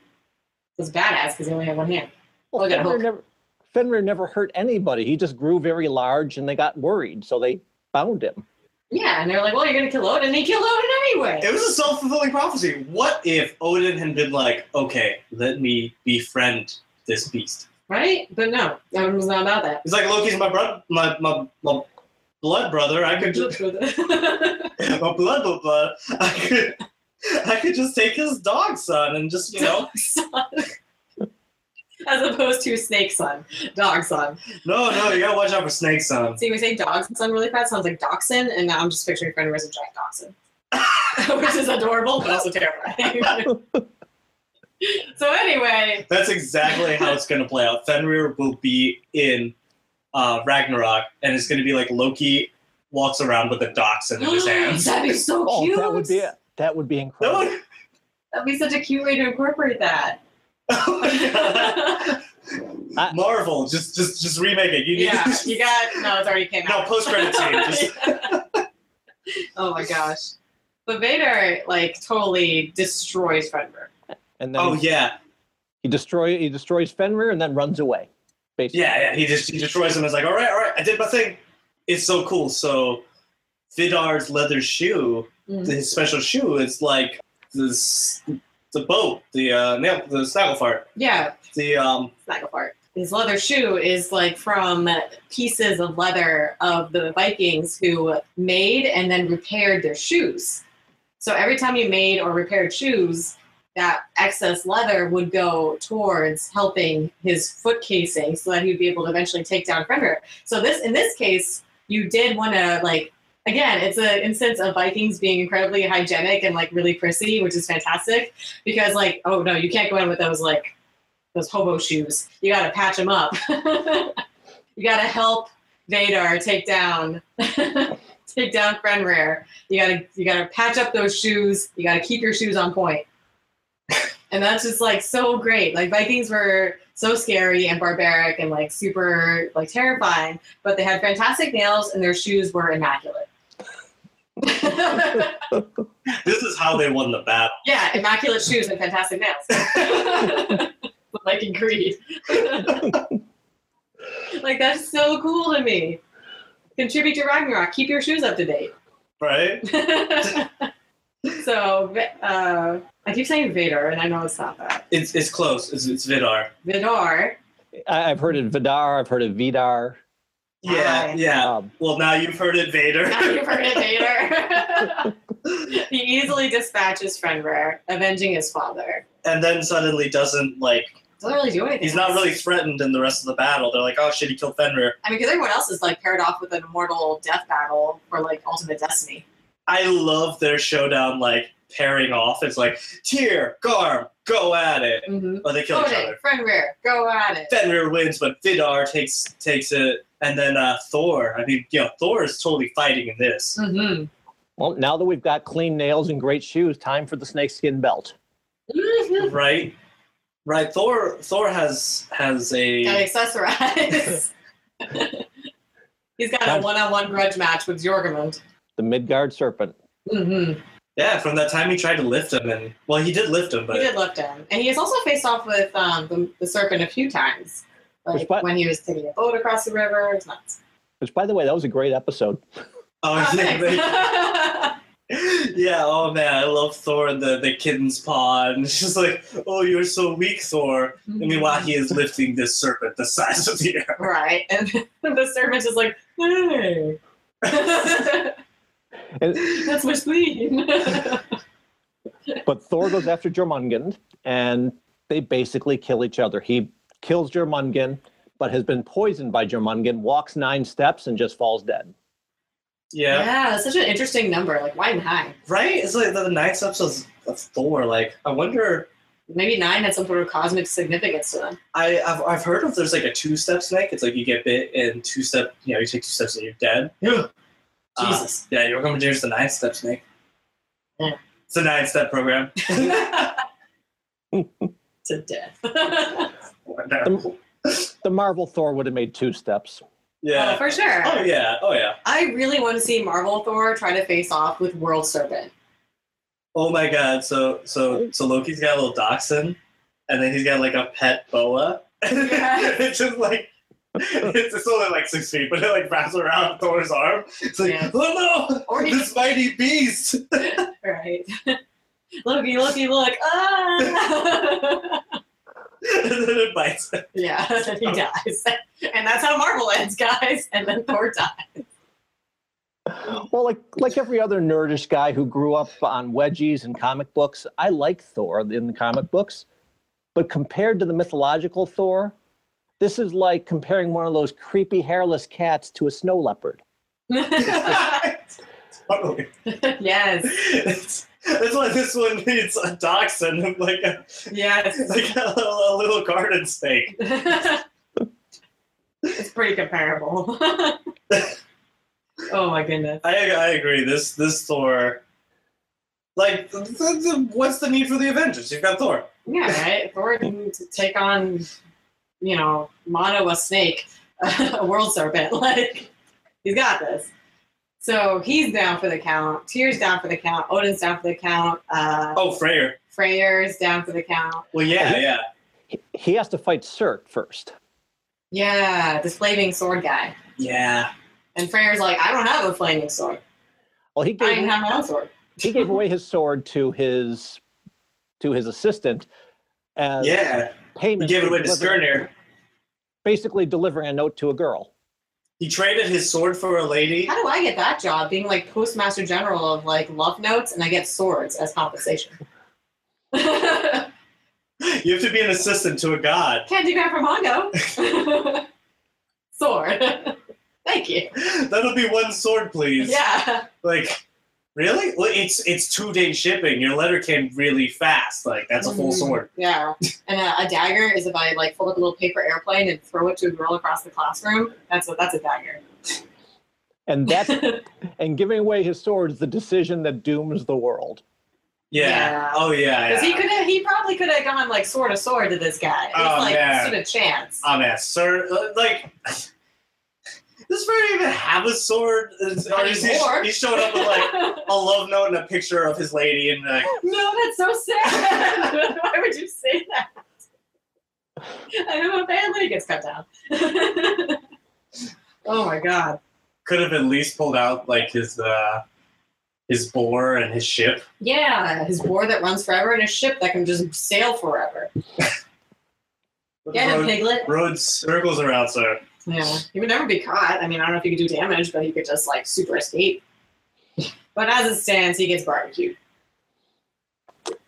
[SPEAKER 2] was badass because he only had one hand.
[SPEAKER 3] Well,
[SPEAKER 2] Look at
[SPEAKER 3] Fenrir
[SPEAKER 2] Hulk.
[SPEAKER 3] never, Fenrir never hurt anybody. He just grew very large and they got worried. So they bound him.
[SPEAKER 2] Yeah, and they're like, well, you're going to kill Odin. And he killed Odin anyway.
[SPEAKER 1] It was a self fulfilling prophecy. What if Odin had been like, okay, let me befriend this beast?
[SPEAKER 2] right? But no, Odin was not about that.
[SPEAKER 1] He's like, Loki's my, bro- my, my, my blood brother. I could
[SPEAKER 2] *laughs*
[SPEAKER 1] just, my blood, blood, blood. I could, I could just take his dog son and just, you know.
[SPEAKER 2] *laughs* As opposed to snake son, dog son.
[SPEAKER 1] No, no, you gotta watch out for snake son.
[SPEAKER 2] See, we say dog son really fast, sounds like dachshund, and now I'm just picturing Fenrir as a giant dachshund, *laughs* which is adorable but also terrifying. *laughs* so anyway,
[SPEAKER 1] That's exactly how it's gonna play out. Fenrir will be in uh, Ragnarok, and it's gonna be like Loki walks around with a dachshund in his hands.
[SPEAKER 2] *gasps* *laughs*
[SPEAKER 1] *laughs*
[SPEAKER 2] that'd be so
[SPEAKER 3] Oh,
[SPEAKER 2] cute.
[SPEAKER 3] that would be that would be
[SPEAKER 1] That
[SPEAKER 3] incredible.
[SPEAKER 1] would-
[SPEAKER 2] That'd be such a cute way to incorporate that.
[SPEAKER 1] *laughs* oh my God.
[SPEAKER 3] I-
[SPEAKER 1] Marvel, just just just remake it. You need
[SPEAKER 2] yeah, you got no, it's already came
[SPEAKER 1] No,
[SPEAKER 2] out.
[SPEAKER 1] post-credit scene,
[SPEAKER 2] *laughs*
[SPEAKER 1] just-
[SPEAKER 2] oh my gosh. But Vader like totally destroys Fenrir.
[SPEAKER 3] and then
[SPEAKER 1] *laughs* Oh yeah,
[SPEAKER 3] he destroy he destroys Fenrir and then runs away. Basically.
[SPEAKER 1] yeah, yeah. He just he destroys him. It's like, all right, all right, I did my thing. It's so cool. So Vidar's leather shoe,
[SPEAKER 2] Mhm.
[SPEAKER 1] his special shoe, it's like this the boat, the uh, nail, the snaggle fart,
[SPEAKER 2] Yeah,
[SPEAKER 1] the um,
[SPEAKER 2] snaggle part. His leather shoe is like from pieces of leather of the Vikings who made and then repaired their shoes. So every time you made or repaired shoes, that excess leather would go towards helping his foot casing so that he'd be able to eventually take down Fenrir. So this in this case, you did want to like again, it's an instance of Vikings being incredibly hygienic and like really prissy, which is fantastic because like oh no, you can't go in with those like those hobo shoes. You got to patch them up. *laughs* you got to help Vadar take down *laughs* take down Fenrir. You got to you got to patch up those shoes. You got to keep your shoes on point. *laughs* and that's just like so great. Like Vikings were so scary and barbaric and like super like terrifying, but they had fantastic nails and their shoes were immaculate. *laughs*
[SPEAKER 1] this is how they won the battle.
[SPEAKER 2] yeah, immaculate shoes and fantastic nails. *laughs* Viking greed. *laughs* like that's so cool to me. Contribute to Ragnarok. Keep your shoes up to date. *laughs*
[SPEAKER 1] Right?
[SPEAKER 2] so uh, I keep saying Vader, and I know it's not that.
[SPEAKER 1] It's it's close. It's it's Vidar.
[SPEAKER 2] Vidar.
[SPEAKER 3] I, I've heard of Vidar, I've heard of Vidar.
[SPEAKER 1] Yeah,
[SPEAKER 2] Hi.
[SPEAKER 1] yeah.
[SPEAKER 3] Um,
[SPEAKER 1] Well, now you've heard it, Vader.
[SPEAKER 2] Now you've heard of Vader. *laughs* he easily dispatches Fenrir, avenging his father.
[SPEAKER 1] *laughs* and then suddenly doesn't like
[SPEAKER 2] Doesn't really do anything.
[SPEAKER 1] he's not
[SPEAKER 2] else.
[SPEAKER 1] really threatened in the rest of the battle. They're like, oh shit, he killed Fenrir.
[SPEAKER 2] I mean, because everyone else is like paired off with an immortal death battle for like ultimate destiny.
[SPEAKER 1] I love their showdown like pairing off. It's like Tyr, Garm, go at it.
[SPEAKER 2] Mm-hmm.
[SPEAKER 1] Or they kill each
[SPEAKER 2] Odin,
[SPEAKER 1] other.
[SPEAKER 2] Fenrir, go at it.
[SPEAKER 1] Fenrir wins, but Vidar takes takes it. And then uh, Thor. I mean, you know, Thor is totally fighting in this.
[SPEAKER 2] Mm-hmm.
[SPEAKER 3] well, now that we've got clean nails and great shoes, time for the snakeskin belt.
[SPEAKER 2] Mm-hmm.
[SPEAKER 1] right? Right. Thor Thor has has a
[SPEAKER 2] Gotta *laughs* accessorize. He's got a one-on-one grudge match with Jorgemund.
[SPEAKER 3] The Midgard serpent.
[SPEAKER 2] Mm-hmm.
[SPEAKER 1] Yeah, from that time he tried to lift him and well he did lift him,
[SPEAKER 2] He
[SPEAKER 1] but
[SPEAKER 2] did lift him, and he has also faced off with um, the, the serpent a few times, like
[SPEAKER 3] Which part?
[SPEAKER 2] when he was taking a boat across the river. It's nuts.
[SPEAKER 3] Which by the way, that was a great episode.
[SPEAKER 1] *laughs* oh yeah,
[SPEAKER 2] *laughs*
[SPEAKER 1] they-
[SPEAKER 2] thanks.
[SPEAKER 1] yeah, oh man, I love Thor and the, the kitten's paw and *laughs* it's just like, Oh, you're so weak, Thor. I
[SPEAKER 2] Mm-hmm.
[SPEAKER 1] mean while he is lifting this serpent the size of the earth.
[SPEAKER 2] right, and *laughs* the serpent is like, "Hey, *laughs* that's
[SPEAKER 3] And-
[SPEAKER 2] my spleen."
[SPEAKER 3] But Thor goes after Jormungand, and they basically kill each other. He kills Jormungand, but has been poisoned by Jormungand, walks nine steps, and just falls dead.
[SPEAKER 1] Yeah.
[SPEAKER 2] yeah, that's such an interesting number. Like, why nine?
[SPEAKER 1] Right? It's like the ninth episode of Thor. Like, I wonder.
[SPEAKER 2] Maybe nine had some sort of cosmic significance to them.
[SPEAKER 1] I, I've, I've heard of there's like a two step snake. It's like you get bit and two step, you know, you take two steps and you're dead. Yeah.
[SPEAKER 2] Jesus.
[SPEAKER 1] yeah, you're coming to here's the nine step snake.
[SPEAKER 2] Yeah.
[SPEAKER 1] It's a nine step
[SPEAKER 2] *laughs*
[SPEAKER 1] program.
[SPEAKER 2] to *laughs* death.
[SPEAKER 3] The Marvel Thor would have made two steps.
[SPEAKER 2] Oh,
[SPEAKER 1] yeah.
[SPEAKER 2] for sure.
[SPEAKER 1] Oh, yeah. Oh, yeah.
[SPEAKER 2] I really want to see Marvel Thor try to face off with World Serpent.
[SPEAKER 1] Oh, my God. So, so, so Loki's got a little dachshund and then he's got like a pet boa.
[SPEAKER 2] Yeah.
[SPEAKER 1] *laughs* it's just like, it's, it's only like six feet, but it like wraps around Thor's arm. It's like,
[SPEAKER 2] Yeah.
[SPEAKER 1] oh no,
[SPEAKER 2] Or he
[SPEAKER 1] this mighty beast. *laughs*
[SPEAKER 2] right. *laughs* Looky, looky, look. Ah!
[SPEAKER 1] and then it bites.
[SPEAKER 2] *laughs* yeah, Oh. and *laughs* he dies. And that's how Marvel ends, guys. And then Thor dies.
[SPEAKER 3] Well, like like every other nerdish guy who grew up on wedgies and comic books, I like Thor in the comic books, but compared to the mythological Thor, this is like comparing one of those creepy hairless cats to a snow leopard.
[SPEAKER 1] totally.
[SPEAKER 2] *laughs* yes,
[SPEAKER 1] It's, that's why this one needs a dachshund, *laughs* like a,
[SPEAKER 2] yes. *laughs*
[SPEAKER 1] like a, a little garden snake.
[SPEAKER 2] it's pretty comparable. *laughs* oh my goodness.
[SPEAKER 1] I, I agree. This this Thor, like, th- th- th- what's the need for the Avengers? You've got Thor.
[SPEAKER 2] Yeah, right? Thor can t- take on, you know, Mono a snake, *laughs* a world serpent. *laughs* Like, he's got this. So he's down for the count. Tyr's down for the count. Odin's down for the count. Uh,
[SPEAKER 1] Oh, Freyr.
[SPEAKER 2] Freyr's down for the count.
[SPEAKER 1] Well, yeah, yeah.
[SPEAKER 3] He- He has to fight Surt first.
[SPEAKER 2] Yeah, this flaming sword guy.
[SPEAKER 1] Yeah.
[SPEAKER 2] And Freyr's like, I don't have a flaming sword.
[SPEAKER 3] Well, he
[SPEAKER 2] I
[SPEAKER 3] gave
[SPEAKER 2] even have my own sword.
[SPEAKER 3] he gave away his sword to his to his assistant as
[SPEAKER 1] Yeah. He
[SPEAKER 3] payment.
[SPEAKER 1] gave it
[SPEAKER 3] for
[SPEAKER 1] away to
[SPEAKER 3] delivering-
[SPEAKER 1] Skirnir.
[SPEAKER 3] Basically, delivering a note to a girl.
[SPEAKER 1] He traded his sword for a lady.
[SPEAKER 2] How do I get that job? Being like postmaster general of like love notes, and I get swords as compensation. *laughs* Can't
[SPEAKER 1] *laughs* You have to be an assistant to a god.
[SPEAKER 2] do that for Mongo. *laughs* Sword. *laughs* Thank you.
[SPEAKER 1] That'll be one sword, please.
[SPEAKER 2] Yeah.
[SPEAKER 1] Like, really? Well, it's it's two day shipping. Your letter came really fast. Like, that's a full
[SPEAKER 2] Mhm.
[SPEAKER 1] sword.
[SPEAKER 2] Yeah. And a, a dagger is if I like fold up a little paper airplane and throw it to a girl across the classroom. That's a, that's a dagger. *laughs*
[SPEAKER 3] And that's and giving away his sword is the decision that dooms the world.
[SPEAKER 1] Yeah.
[SPEAKER 2] Yeah.
[SPEAKER 1] Oh yeah. yeah.
[SPEAKER 2] Because he could have, he probably could have gone like sword to sword to this guy. It's
[SPEAKER 1] Oh,
[SPEAKER 2] like
[SPEAKER 1] man.
[SPEAKER 2] stood a chance.
[SPEAKER 1] I'm ass, sir. Uh, Like, does Freddy even have a sword? Is- Or is he,
[SPEAKER 2] Anymore.
[SPEAKER 1] he showed up with like
[SPEAKER 2] *laughs*
[SPEAKER 1] a love note and a picture of his lady and like,
[SPEAKER 2] No, that's so sad. *laughs* Why would you say that? I know a family gets cut down. *laughs* oh my god.
[SPEAKER 1] could have at least pulled out like his uh his boar and his ship.
[SPEAKER 2] Yeah, Uh, his boar that runs forever and a ship that can just sail forever. Get him,
[SPEAKER 1] Road,
[SPEAKER 2] piglet.
[SPEAKER 1] road circles around, sir.
[SPEAKER 2] Yeah, he would never be caught. I mean, I don't know if he could do damage, but he could just like super escape. But as it stands, he gets barbecued.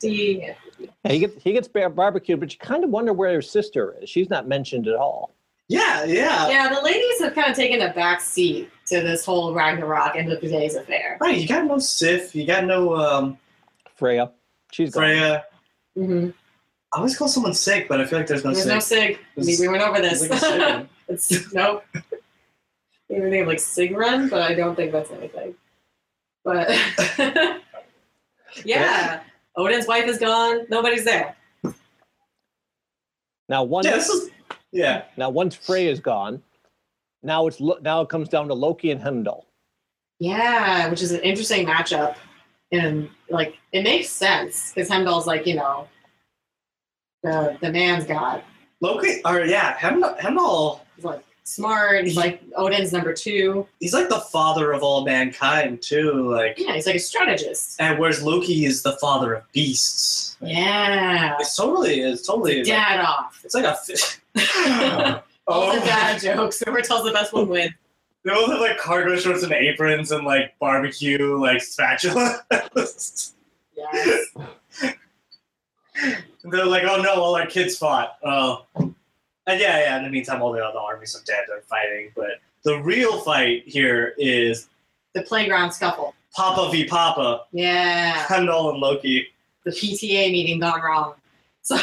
[SPEAKER 2] The-
[SPEAKER 3] And he gets he gets bar- barbecued, but you kind of wonder where his sister is. She's not mentioned at all.
[SPEAKER 1] Yeah, yeah.
[SPEAKER 2] yeah, the ladies have kind of taken a back seat to this whole Ragnarok end of the days affair.
[SPEAKER 1] Right, you got no Sif, you got no um
[SPEAKER 3] Freya, she's gone.
[SPEAKER 1] Freya.
[SPEAKER 2] Mm-hmm.
[SPEAKER 1] I always call someone sick, but I feel like there's no
[SPEAKER 2] There's
[SPEAKER 1] sick.
[SPEAKER 2] no sig. We, we went over
[SPEAKER 1] It's
[SPEAKER 2] this.
[SPEAKER 1] like a *laughs* synonym.
[SPEAKER 2] it's *laughs* nope. We were thinking like sig run, but I don't think that's anything. But *laughs* yeah, Odin's wife is gone. Nobody's there.
[SPEAKER 3] Now one
[SPEAKER 1] yeah, this is yeah.
[SPEAKER 3] now once Freya's gone, now it's Lo- now it comes down to Loki and Heimdall.
[SPEAKER 2] Yeah, which is an interesting matchup, and like it makes sense because Heimdall's like you know the the man's god.
[SPEAKER 1] Loki or yeah, Hemdall, Hemdall
[SPEAKER 2] He's like smart. He's like Odin's number two.
[SPEAKER 1] he's like the father of all mankind too, like
[SPEAKER 2] Yeah, he's like a strategist.
[SPEAKER 1] and whereas Loki is the father of beasts.
[SPEAKER 2] Yeah,
[SPEAKER 1] It's totally it's totally like-
[SPEAKER 2] dad off.
[SPEAKER 1] *laughs* it's like a fi-
[SPEAKER 2] All
[SPEAKER 1] Oh,
[SPEAKER 2] the dad jokes. Whoever tells the best
[SPEAKER 1] *laughs*
[SPEAKER 2] one wins.
[SPEAKER 1] they both have like cargo shorts and aprons and like barbecue like spatula. *laughs*
[SPEAKER 2] Yes.
[SPEAKER 1] They're like, oh no, all our kids fought. Oh. And yeah, yeah, in the meantime, all the other armies of dead are fighting. But the real fight here is
[SPEAKER 2] The playground scuffle.
[SPEAKER 1] Papa v Papa,
[SPEAKER 2] Yeah.
[SPEAKER 1] Heimdall and Loki.
[SPEAKER 2] The PTA meeting gone wrong. *laughs* So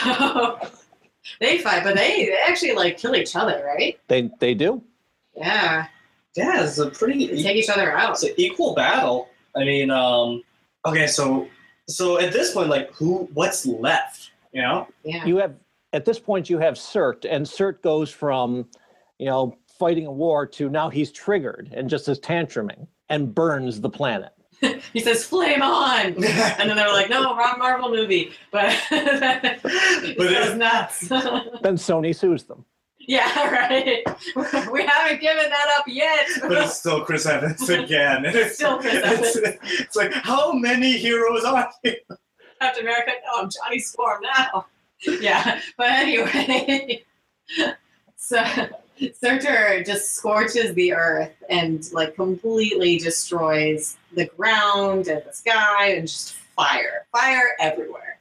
[SPEAKER 2] they fight, but they, they actually like kill each other, right?
[SPEAKER 3] They they do.
[SPEAKER 2] Yeah.
[SPEAKER 1] Yeah, it's a pretty
[SPEAKER 2] They take each other out.
[SPEAKER 1] it's an equal battle. I mean, um, okay, so so at this point, like who what's left? You *laughs* know?
[SPEAKER 2] Yeah.
[SPEAKER 3] You have at this point you have Surt, and Surt goes from you know fighting a war to now he's triggered and just is tantruming and burns the planet.
[SPEAKER 2] He says,
[SPEAKER 1] *laughs*
[SPEAKER 2] flame on. And then they're like, no, wrong Marvel movie. But *laughs* it
[SPEAKER 1] but
[SPEAKER 2] goes
[SPEAKER 1] it,
[SPEAKER 2] nuts. *laughs*
[SPEAKER 3] Then Sony sues them.
[SPEAKER 2] Yeah, right. *laughs* we haven't given that up yet.
[SPEAKER 1] But it's still Chris Evans again. And *laughs* it's
[SPEAKER 2] Still Chris Evans.
[SPEAKER 1] It's, it's like, how many heroes are there?
[SPEAKER 2] Captain America. No, I'm Johnny Storm now. yeah, but anyway, *laughs* so Surtur just scorches the earth and like completely destroys the ground and the sky and just fire, fire everywhere.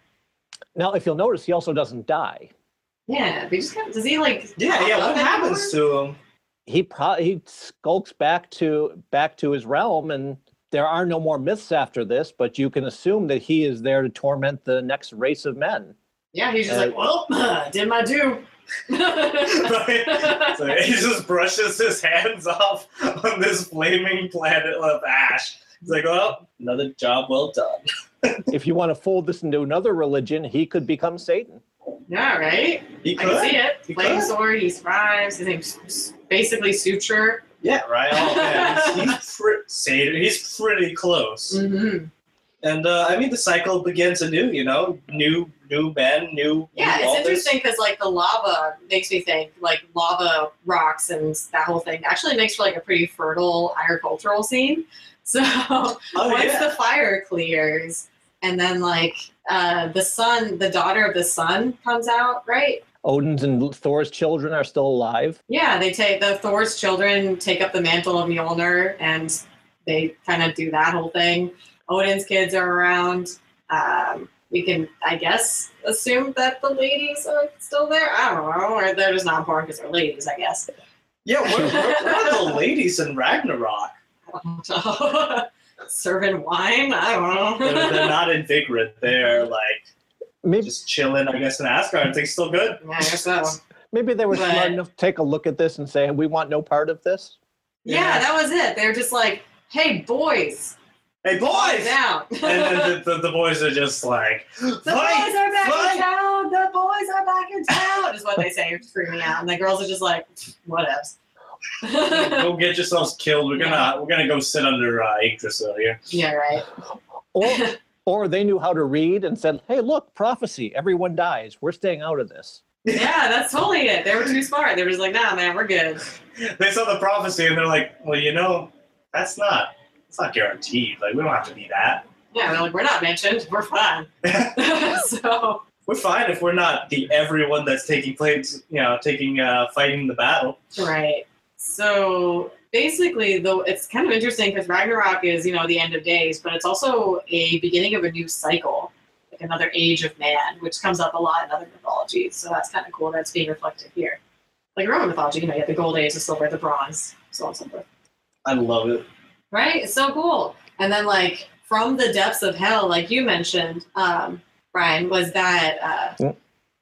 [SPEAKER 3] Now, if you'll notice, he also doesn't die.
[SPEAKER 2] Yeah, they just kind of does he like?
[SPEAKER 1] Yeah, yeah.
[SPEAKER 2] pop
[SPEAKER 1] What
[SPEAKER 2] up
[SPEAKER 1] happens
[SPEAKER 2] anymore?
[SPEAKER 1] to him?
[SPEAKER 3] He pro- he skulks back to back to his realm, and there are no more myths after this. But you can assume that he is there to torment the next race of men.
[SPEAKER 2] Yeah, he's just
[SPEAKER 3] Uh,
[SPEAKER 2] like, well, *laughs* did my
[SPEAKER 1] *laughs*
[SPEAKER 2] do.
[SPEAKER 1] *laughs*
[SPEAKER 2] *laughs*
[SPEAKER 1] Right? So *laughs* he just brushes his hands off on this flaming planet of ash. It's like, well, another job well done.
[SPEAKER 3] if you want to fold this into another religion, he could become Satan.
[SPEAKER 2] yeah, right.
[SPEAKER 1] He
[SPEAKER 2] I can
[SPEAKER 1] could.
[SPEAKER 2] see it.
[SPEAKER 1] He
[SPEAKER 2] Flame
[SPEAKER 1] could.
[SPEAKER 2] sword. He survives. His name's basically suture.
[SPEAKER 1] Yeah, right. Oh, man. He's, he's, pre- Satan, he's pretty close.
[SPEAKER 2] Mm-hmm.
[SPEAKER 1] And uh, I mean, the cycle begins anew. You know, new new men, new
[SPEAKER 2] Yeah,
[SPEAKER 1] new
[SPEAKER 2] it's
[SPEAKER 1] authors.
[SPEAKER 2] interesting because like the lava makes me think like lava rocks and that whole thing actually makes for like a pretty fertile agricultural scene. *laughs* So
[SPEAKER 1] Oh
[SPEAKER 2] once
[SPEAKER 1] yeah.
[SPEAKER 2] the fire clears and then like uh, the sun, the daughter of the sun comes out, right?
[SPEAKER 3] Odin's and Thor's children are still alive.
[SPEAKER 2] Yeah, they take the Thor's children take up the mantle of Mjolnir and they kind of do that whole thing. Odin's kids are around. Um, we can, I guess, assume that the ladies are still there. I don't know, or they're just not born because they're ladies, I guess. *laughs*
[SPEAKER 1] yeah, where, where, where are the ladies in Ragnarok?
[SPEAKER 2] *laughs* I don't know. Serving wine? I don't
[SPEAKER 1] They're, they're
[SPEAKER 2] know.
[SPEAKER 1] not in Vigrid. They're like
[SPEAKER 3] Maybe
[SPEAKER 1] just chilling, I guess, in Asgard. Things still good.
[SPEAKER 2] *laughs* yeah, I guess so.
[SPEAKER 3] maybe they were smart
[SPEAKER 2] But-
[SPEAKER 3] enough to take a look at this and say, "We want no part of this."
[SPEAKER 2] Yeah, that was it. They're just like, hey, boys,
[SPEAKER 1] Hey,
[SPEAKER 2] calm
[SPEAKER 1] boys!
[SPEAKER 2] down. the
[SPEAKER 1] and
[SPEAKER 2] *laughs*
[SPEAKER 1] then the, the, the boys are just like,
[SPEAKER 2] boys are back in
[SPEAKER 1] fight!
[SPEAKER 2] town. The boys are back in town, is what they say, screaming out. And the girls are just like, whatevs. *laughs*
[SPEAKER 1] Go get yourselves killed. We're gonna we're gonna go sit under uh, Yggdrasil here.
[SPEAKER 2] yeah, right.
[SPEAKER 3] Or, or they knew how to read and said, "Hey, look, prophecy. Everyone dies. We're staying out of this."
[SPEAKER 2] Yeah, that's totally it. They were too smart. They were just like, nah, man, we're good.
[SPEAKER 1] They saw the prophecy and they're like, well, you know, that's not it's not guaranteed. Like we don't have to be that.
[SPEAKER 2] Yeah, they're like, we're not mentioned. We're fine. *laughs* so,
[SPEAKER 1] We're fine if we're not the everyone that's taking place, you know, taking uh, fighting the battle.
[SPEAKER 2] right. So basically, though, it's kind of interesting because Ragnarok is, you know, the end of days, but it's also a beginning of a new cycle, like another age of man, which comes up a lot in other mythologies. So that's kind of cool. That's being reflected here. Like Roman mythology, you know, you have the gold age, the silver, the bronze, so on and so forth.
[SPEAKER 1] I love it.
[SPEAKER 2] Right? It's so cool. And then, like, from the depths of hell, like you mentioned, um, Brian, was that uh,
[SPEAKER 3] Yeah.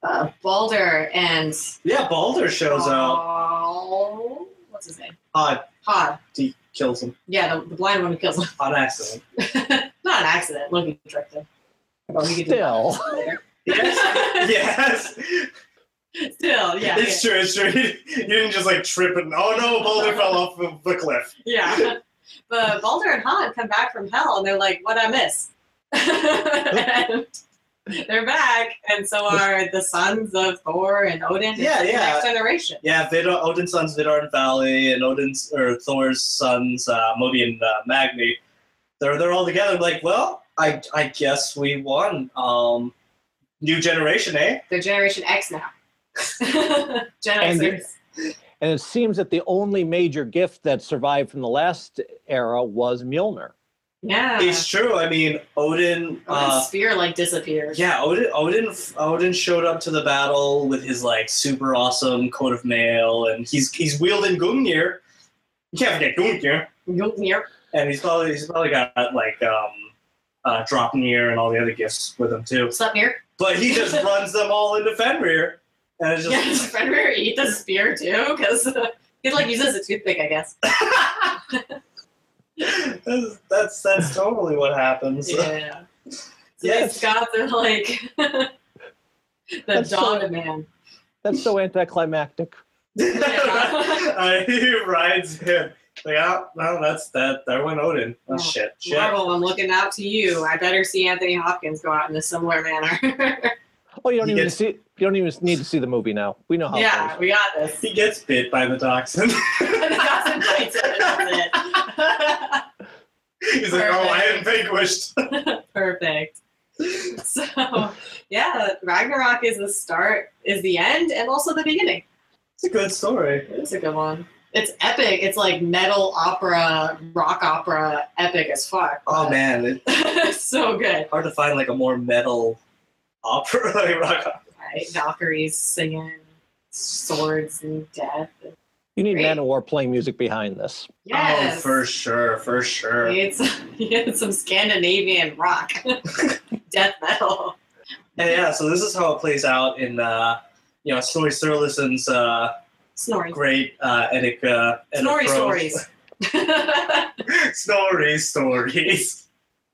[SPEAKER 2] uh, Balder and.
[SPEAKER 1] Yeah, Balder shows up.
[SPEAKER 2] Oh, what's his name?
[SPEAKER 1] Hod
[SPEAKER 2] Hod.
[SPEAKER 1] he kills him
[SPEAKER 2] Yeah, the, the blind one who kills him. *laughs*
[SPEAKER 1] on accident.
[SPEAKER 2] Not an accident. Loki tricked him. Well, we could do
[SPEAKER 3] Still.
[SPEAKER 2] that later. *laughs*
[SPEAKER 1] Yes. Yes,
[SPEAKER 2] Still,
[SPEAKER 1] *laughs*
[SPEAKER 2] yeah. yeah.
[SPEAKER 1] it's true. It's true. You didn't just like trip and oh no, Boulder fell off of the cliff.
[SPEAKER 2] Yeah. But Balder and Han come back from hell and they're like, what I miss? *laughs* and they're back, and
[SPEAKER 1] *laughs*
[SPEAKER 2] so are the sons of Thor and Odin. It's
[SPEAKER 1] Yeah,
[SPEAKER 2] like the
[SPEAKER 1] yeah.
[SPEAKER 2] Next generation.
[SPEAKER 1] Yeah, Vidar, Odin's sons Vidar and Valley, and Odin's or Thor's sons uh, Modi and uh, Magni. They're they're all together. Like, well, I I guess we won. Um, new generation, eh?
[SPEAKER 2] They're Generation X now. *laughs* Gen
[SPEAKER 3] And-
[SPEAKER 2] Xers.
[SPEAKER 3] And it seems that the only major gift that survived from the last era was Mjolnir.
[SPEAKER 2] Yeah.
[SPEAKER 1] It's true. I mean, Odin.
[SPEAKER 2] Odin's
[SPEAKER 1] Uh,
[SPEAKER 2] spear like disappears.
[SPEAKER 1] yeah, Odin, Odin, Odin showed up to the battle with his like super awesome coat of mail, and he's he's wielding Gungnir. You can't forget Gungnir.
[SPEAKER 2] Mjolnir.
[SPEAKER 1] And he's probably he's probably got like um uh Dropnir and all the other gifts with him too.
[SPEAKER 2] Sleipnir.
[SPEAKER 1] But he just runs them all into Fenrir. And it's
[SPEAKER 2] Yeah, *laughs* does
[SPEAKER 1] just
[SPEAKER 2] Fenrir eat the spear too? Because *laughs* he like uses a toothpick, I guess.
[SPEAKER 1] *laughs* that's, that's that's totally what happens.
[SPEAKER 2] Yeah. So
[SPEAKER 1] Yes.
[SPEAKER 2] these gods are like *laughs* the
[SPEAKER 3] That's so-
[SPEAKER 2] dawn of man.
[SPEAKER 3] That's so anticlimactic.
[SPEAKER 1] *laughs* I- he rides him. Like, oh, no, that's that. There went Odin. Oh,
[SPEAKER 2] Yeah.
[SPEAKER 1] shit, shit.
[SPEAKER 2] *laughs* Marvel, I'm looking out to you. I better see Anthony Hopkins go out in a similar manner.
[SPEAKER 3] Oh, you don't
[SPEAKER 1] He
[SPEAKER 3] even
[SPEAKER 1] gets-
[SPEAKER 3] see. You don't even need to see the movie now. We know how. it
[SPEAKER 2] yeah,
[SPEAKER 3] goes.
[SPEAKER 2] we got this. *laughs*
[SPEAKER 1] He gets bit by the dachshund. *laughs*
[SPEAKER 2] And the dachshund bites it, and that's
[SPEAKER 1] He's like, oh, I am vanquished. *laughs*
[SPEAKER 2] it. *laughs* Perfect. So, yeah, Ragnarok is the start, is the end, and also the beginning.
[SPEAKER 1] It's a good story.
[SPEAKER 2] It's a good one. It's epic. It's like metal opera, rock opera, epic as fuck.
[SPEAKER 1] Oh man, it's
[SPEAKER 2] *laughs* so good.
[SPEAKER 1] hard to find like a more metal opera *laughs* like rock. Oh, opera.
[SPEAKER 2] Right? Valkyries singing swords and death.
[SPEAKER 1] Oh,
[SPEAKER 3] You need
[SPEAKER 2] Great.
[SPEAKER 3] Manowar playing music behind this.
[SPEAKER 2] Yes.
[SPEAKER 1] Oh, for sure, for sure.
[SPEAKER 2] He *laughs* had some, he had some Scandinavian rock, *laughs* death metal.
[SPEAKER 1] And yeah, so this is how it plays out in uh, you know Snorri Sturluson's uh,
[SPEAKER 2] Snoring.
[SPEAKER 1] great uh, Epic. Uh, Epic
[SPEAKER 2] Snory
[SPEAKER 1] prose.
[SPEAKER 2] stories. *laughs* yeah,
[SPEAKER 1] *laughs* Snorri stories.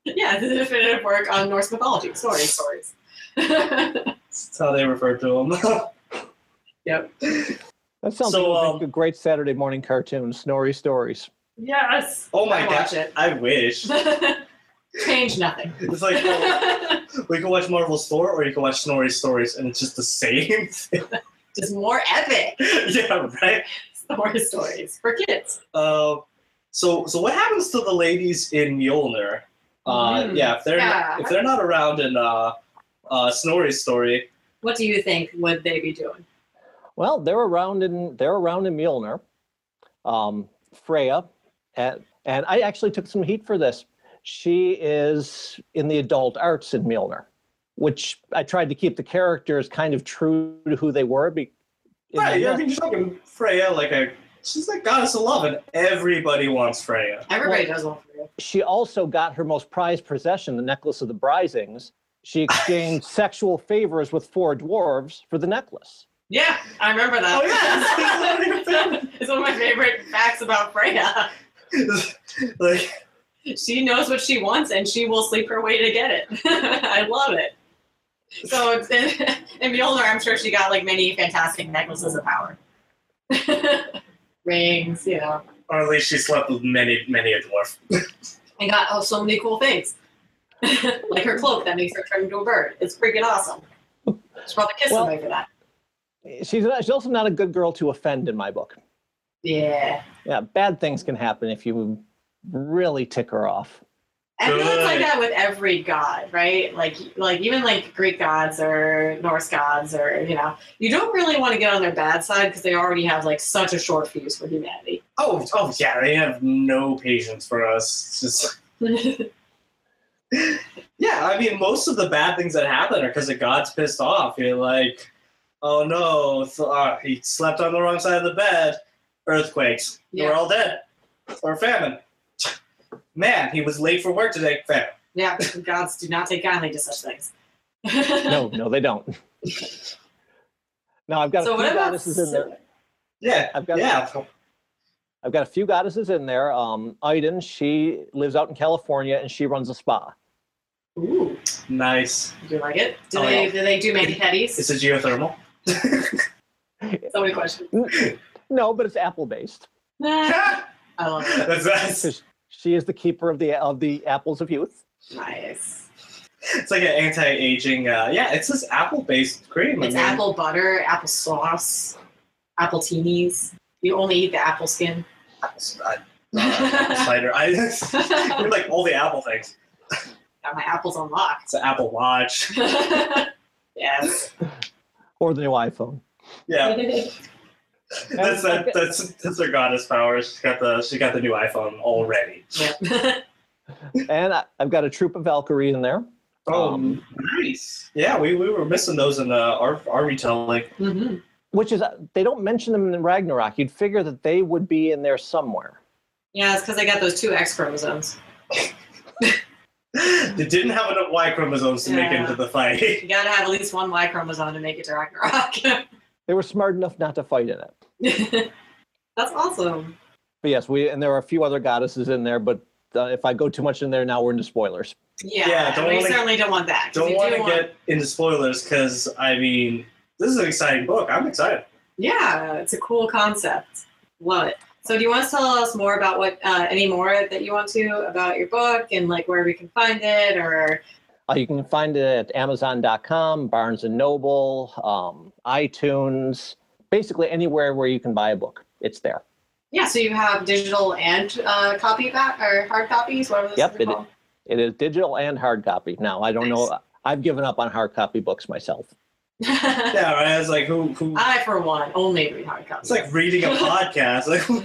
[SPEAKER 2] the definitive work on Norse mythology. Snory stories. *laughs*
[SPEAKER 1] That's how they refer to him.
[SPEAKER 2] yep.
[SPEAKER 3] That sounds
[SPEAKER 1] So,
[SPEAKER 3] like
[SPEAKER 1] um,
[SPEAKER 3] a great Saturday morning cartoon, Snorri Stories.
[SPEAKER 2] Yes.
[SPEAKER 1] oh my
[SPEAKER 2] I
[SPEAKER 1] gosh,
[SPEAKER 2] watch it.
[SPEAKER 1] *laughs* I wish.
[SPEAKER 2] *laughs* Change nothing.
[SPEAKER 1] It's like
[SPEAKER 2] *laughs*
[SPEAKER 1] oh, we can watch Marvel Store or you can watch Snorri stories, and it's just the same. thing. *laughs*
[SPEAKER 2] Just more epic *laughs*
[SPEAKER 1] yeah, right.
[SPEAKER 2] Snory stories for kids.
[SPEAKER 1] Uh, so so what happens to the ladies in Mjolnir? Uh,
[SPEAKER 2] Mm.
[SPEAKER 1] Yeah, if they're
[SPEAKER 2] Yeah.
[SPEAKER 1] if they're not around in uh, uh, Snorri's story,
[SPEAKER 2] What do you think would they be doing?
[SPEAKER 3] Well, they're around in they're around in Mjolnir. Um, Freya, and, and I actually took some heat for this. She is in the adult arts in Mjolnir, which I tried to keep the characters kind of true to who they were. Be, in
[SPEAKER 1] right?
[SPEAKER 3] the-
[SPEAKER 1] I mean, you're talking Freya like a she's the goddess of love, and everybody wants Freya. *laughs*
[SPEAKER 2] Everybody does one for you.
[SPEAKER 3] She also got her most prized possession, the necklace of the Brisings. She exchanged sexual favors with four dwarves for the necklace.
[SPEAKER 2] Yeah, I remember that.
[SPEAKER 1] Oh, yeah, it's one of your
[SPEAKER 2] *laughs* it's one of my favorite facts about Freya.
[SPEAKER 1] like
[SPEAKER 2] She knows what she wants and she will sleep her way to get it. *laughs* I love it. So it's in, in Mjolnir, I'm sure she got like many fantastic necklaces of power. *laughs* Rings, you know.
[SPEAKER 1] or at least she slept with many many a dwarf.
[SPEAKER 2] And got oh, so many cool things. *laughs* like her cloak that makes her turn into a bird. It's freaking awesome. She probably kissed
[SPEAKER 3] Well-
[SPEAKER 2] somebody for that.
[SPEAKER 3] she's, not, she's also not a good girl to offend in my book.
[SPEAKER 2] Yeah.
[SPEAKER 3] Yeah, bad things can happen if you really tick her off.
[SPEAKER 2] I feel it's like
[SPEAKER 1] Good.
[SPEAKER 2] that with every god, right? Like, like even like Greek gods or Norse gods, or you know, you don't really want to get on their bad side because they already have like such a short fuse for
[SPEAKER 3] *laughs*
[SPEAKER 2] humanity.
[SPEAKER 1] Oh oh yeah, they have no patience for us. It's just yeah, I mean, most of the bad things that happen are because the god's pissed off. You're like, oh no, th- uh, he slept on the wrong side of the bed. Earthquakes. We're
[SPEAKER 2] Yeah.
[SPEAKER 1] all dead. Or famine. Man, he was late for work today. Famine.
[SPEAKER 2] yeah, gods do not take kindly to such things. *laughs*
[SPEAKER 3] No, no, they don't. Now I've got
[SPEAKER 2] So
[SPEAKER 3] a few
[SPEAKER 2] what about
[SPEAKER 3] goddesses in there.
[SPEAKER 1] Yeah.
[SPEAKER 3] I've got
[SPEAKER 1] yeah.
[SPEAKER 3] I've got a few goddesses in there. Um, Iden, she lives out in California and she runs
[SPEAKER 2] *laughs*
[SPEAKER 3] a spa.
[SPEAKER 2] Ooh,
[SPEAKER 1] Nice.
[SPEAKER 2] do you like it? Do
[SPEAKER 1] Oh,
[SPEAKER 2] they
[SPEAKER 1] yeah.
[SPEAKER 2] do they do manicures?
[SPEAKER 1] It's a geothermal.
[SPEAKER 2] So many questions.
[SPEAKER 3] No, but it's apple based.
[SPEAKER 2] Nah, *laughs* I love it.
[SPEAKER 1] that's, that's,
[SPEAKER 3] She is the keeper of the of the apples of youth.
[SPEAKER 2] Nice.
[SPEAKER 1] it's like an anti-aging. Uh, yeah, it's this apple-based cream. I
[SPEAKER 2] It's
[SPEAKER 1] mean,
[SPEAKER 2] apple butter, apple sauce, apple teenies. You only eat the apple skin. *laughs*
[SPEAKER 1] apples- I- uh, apple cider. I, *laughs* you're like all the apple things.
[SPEAKER 2] Got my apples unlocked.
[SPEAKER 1] It's an Apple Watch.
[SPEAKER 2] *laughs*
[SPEAKER 1] *laughs*
[SPEAKER 2] yes.
[SPEAKER 3] Or the
[SPEAKER 2] *laughs*
[SPEAKER 3] new iPhone.
[SPEAKER 1] Yeah, that's that, that's that's her goddess powers. She got the she got the new iPhone already.
[SPEAKER 2] yeah.
[SPEAKER 3] And I, I've got a troop of Valkyrie in there. Um,
[SPEAKER 1] nice. Yeah, we, we were missing those in uh, our our retelling.
[SPEAKER 2] Mhm.
[SPEAKER 3] which is uh, they don't mention them in Ragnarok. You'd figure that they would be in there somewhere.
[SPEAKER 2] Yeah, it's because I got those two X chromosomes.
[SPEAKER 1] *laughs* They didn't have enough Y chromosomes to make
[SPEAKER 2] Yeah.
[SPEAKER 1] it into the fight. *laughs*
[SPEAKER 2] You gotta have at least one Y chromosome to make it to Ragnarok. *laughs*
[SPEAKER 3] They were smart enough not to fight in it.
[SPEAKER 2] That's awesome.
[SPEAKER 3] But yes, we and there are a few other goddesses in there, but uh, if I go too much in there now, we're into spoilers.
[SPEAKER 2] Yeah,
[SPEAKER 1] Yeah, don't
[SPEAKER 2] we
[SPEAKER 1] wanna-
[SPEAKER 2] certainly don't want that. 'cause
[SPEAKER 1] Don't
[SPEAKER 2] you
[SPEAKER 1] want
[SPEAKER 2] do
[SPEAKER 1] to get into spoilers because I mean this is an exciting book. I'm excited.
[SPEAKER 2] Yeah, it's a cool concept. Love it. So, do you want to tell us more about what, uh, any more that you want to about your book and like where we can find it or
[SPEAKER 3] Uh, you can find it at Amazon.com, Barnes and Noble, um, iTunes, basically anywhere where you can buy a book. It's there.
[SPEAKER 2] Yeah, so you have digital and uh, copy back or hard copies, whatever those
[SPEAKER 3] Yep,
[SPEAKER 2] things are
[SPEAKER 3] it-
[SPEAKER 2] called.
[SPEAKER 3] It is digital and hard copy. Now, I don't know. I've given up on hard copy books myself.
[SPEAKER 1] Yeah, right. I was like, who? who
[SPEAKER 2] *laughs* I, for one, only read hard copies.
[SPEAKER 1] it's like reading
[SPEAKER 2] *laughs*
[SPEAKER 1] a podcast. *laughs* Like, who-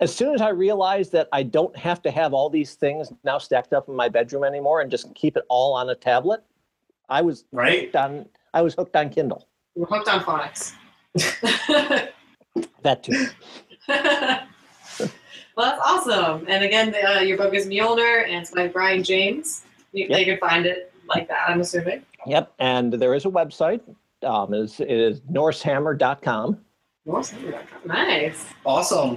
[SPEAKER 3] As soon as I realized that I don't have to have all these things now stacked up in my bedroom anymore and just keep it all on a tablet, I was
[SPEAKER 1] right?
[SPEAKER 3] hooked on I was hooked on Kindle.
[SPEAKER 2] We're hooked on phonics. *laughs*
[SPEAKER 3] That too.
[SPEAKER 2] well, that's awesome. And again, the, uh, your book is Mjolnir, and it's by Brian James. You, They can find it like that, I'm assuming.
[SPEAKER 3] Yep. And there is a website. Um, it is, it is norsehammer.com.
[SPEAKER 2] Nice.
[SPEAKER 1] Awesome.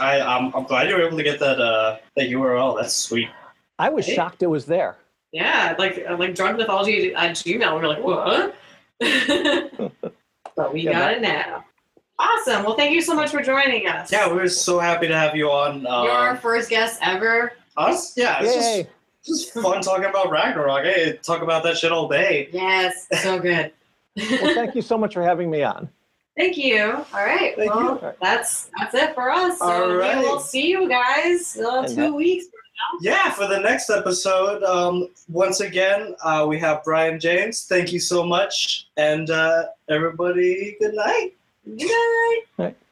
[SPEAKER 1] I, I'm, I'm glad you were able to get that uh, that URL. That's sweet.
[SPEAKER 3] I was
[SPEAKER 2] Hey.
[SPEAKER 3] shocked it was there.
[SPEAKER 2] Yeah, like uh, like drunk mythology at Gmail. We're like, what? *laughs* but we
[SPEAKER 3] Yeah,
[SPEAKER 2] got it now. Awesome. Well, thank you so much for joining us.
[SPEAKER 1] Yeah, we were so happy to have you on.
[SPEAKER 2] you're our
[SPEAKER 1] Uh,
[SPEAKER 2] first guest ever.
[SPEAKER 1] us? Yeah, it's just-
[SPEAKER 3] Yay.
[SPEAKER 1] It's just fun talking about Ragnarok. Hey, talk about that shit all day.
[SPEAKER 2] Yes,
[SPEAKER 1] *laughs*
[SPEAKER 2] so good.
[SPEAKER 3] well, thank you so much for having me on.
[SPEAKER 2] Thank you. All right.
[SPEAKER 1] Thank
[SPEAKER 2] well,
[SPEAKER 1] you.
[SPEAKER 2] that's that's it for us. So
[SPEAKER 1] All
[SPEAKER 2] we will
[SPEAKER 1] right.
[SPEAKER 2] see you guys uh,
[SPEAKER 3] And
[SPEAKER 2] two
[SPEAKER 3] that-
[SPEAKER 2] weeks.
[SPEAKER 1] Yeah, for the next episode, um, once again, uh, we have Brian James. Thank you so much. And uh, everybody, good night.
[SPEAKER 2] Good night.
[SPEAKER 3] All right.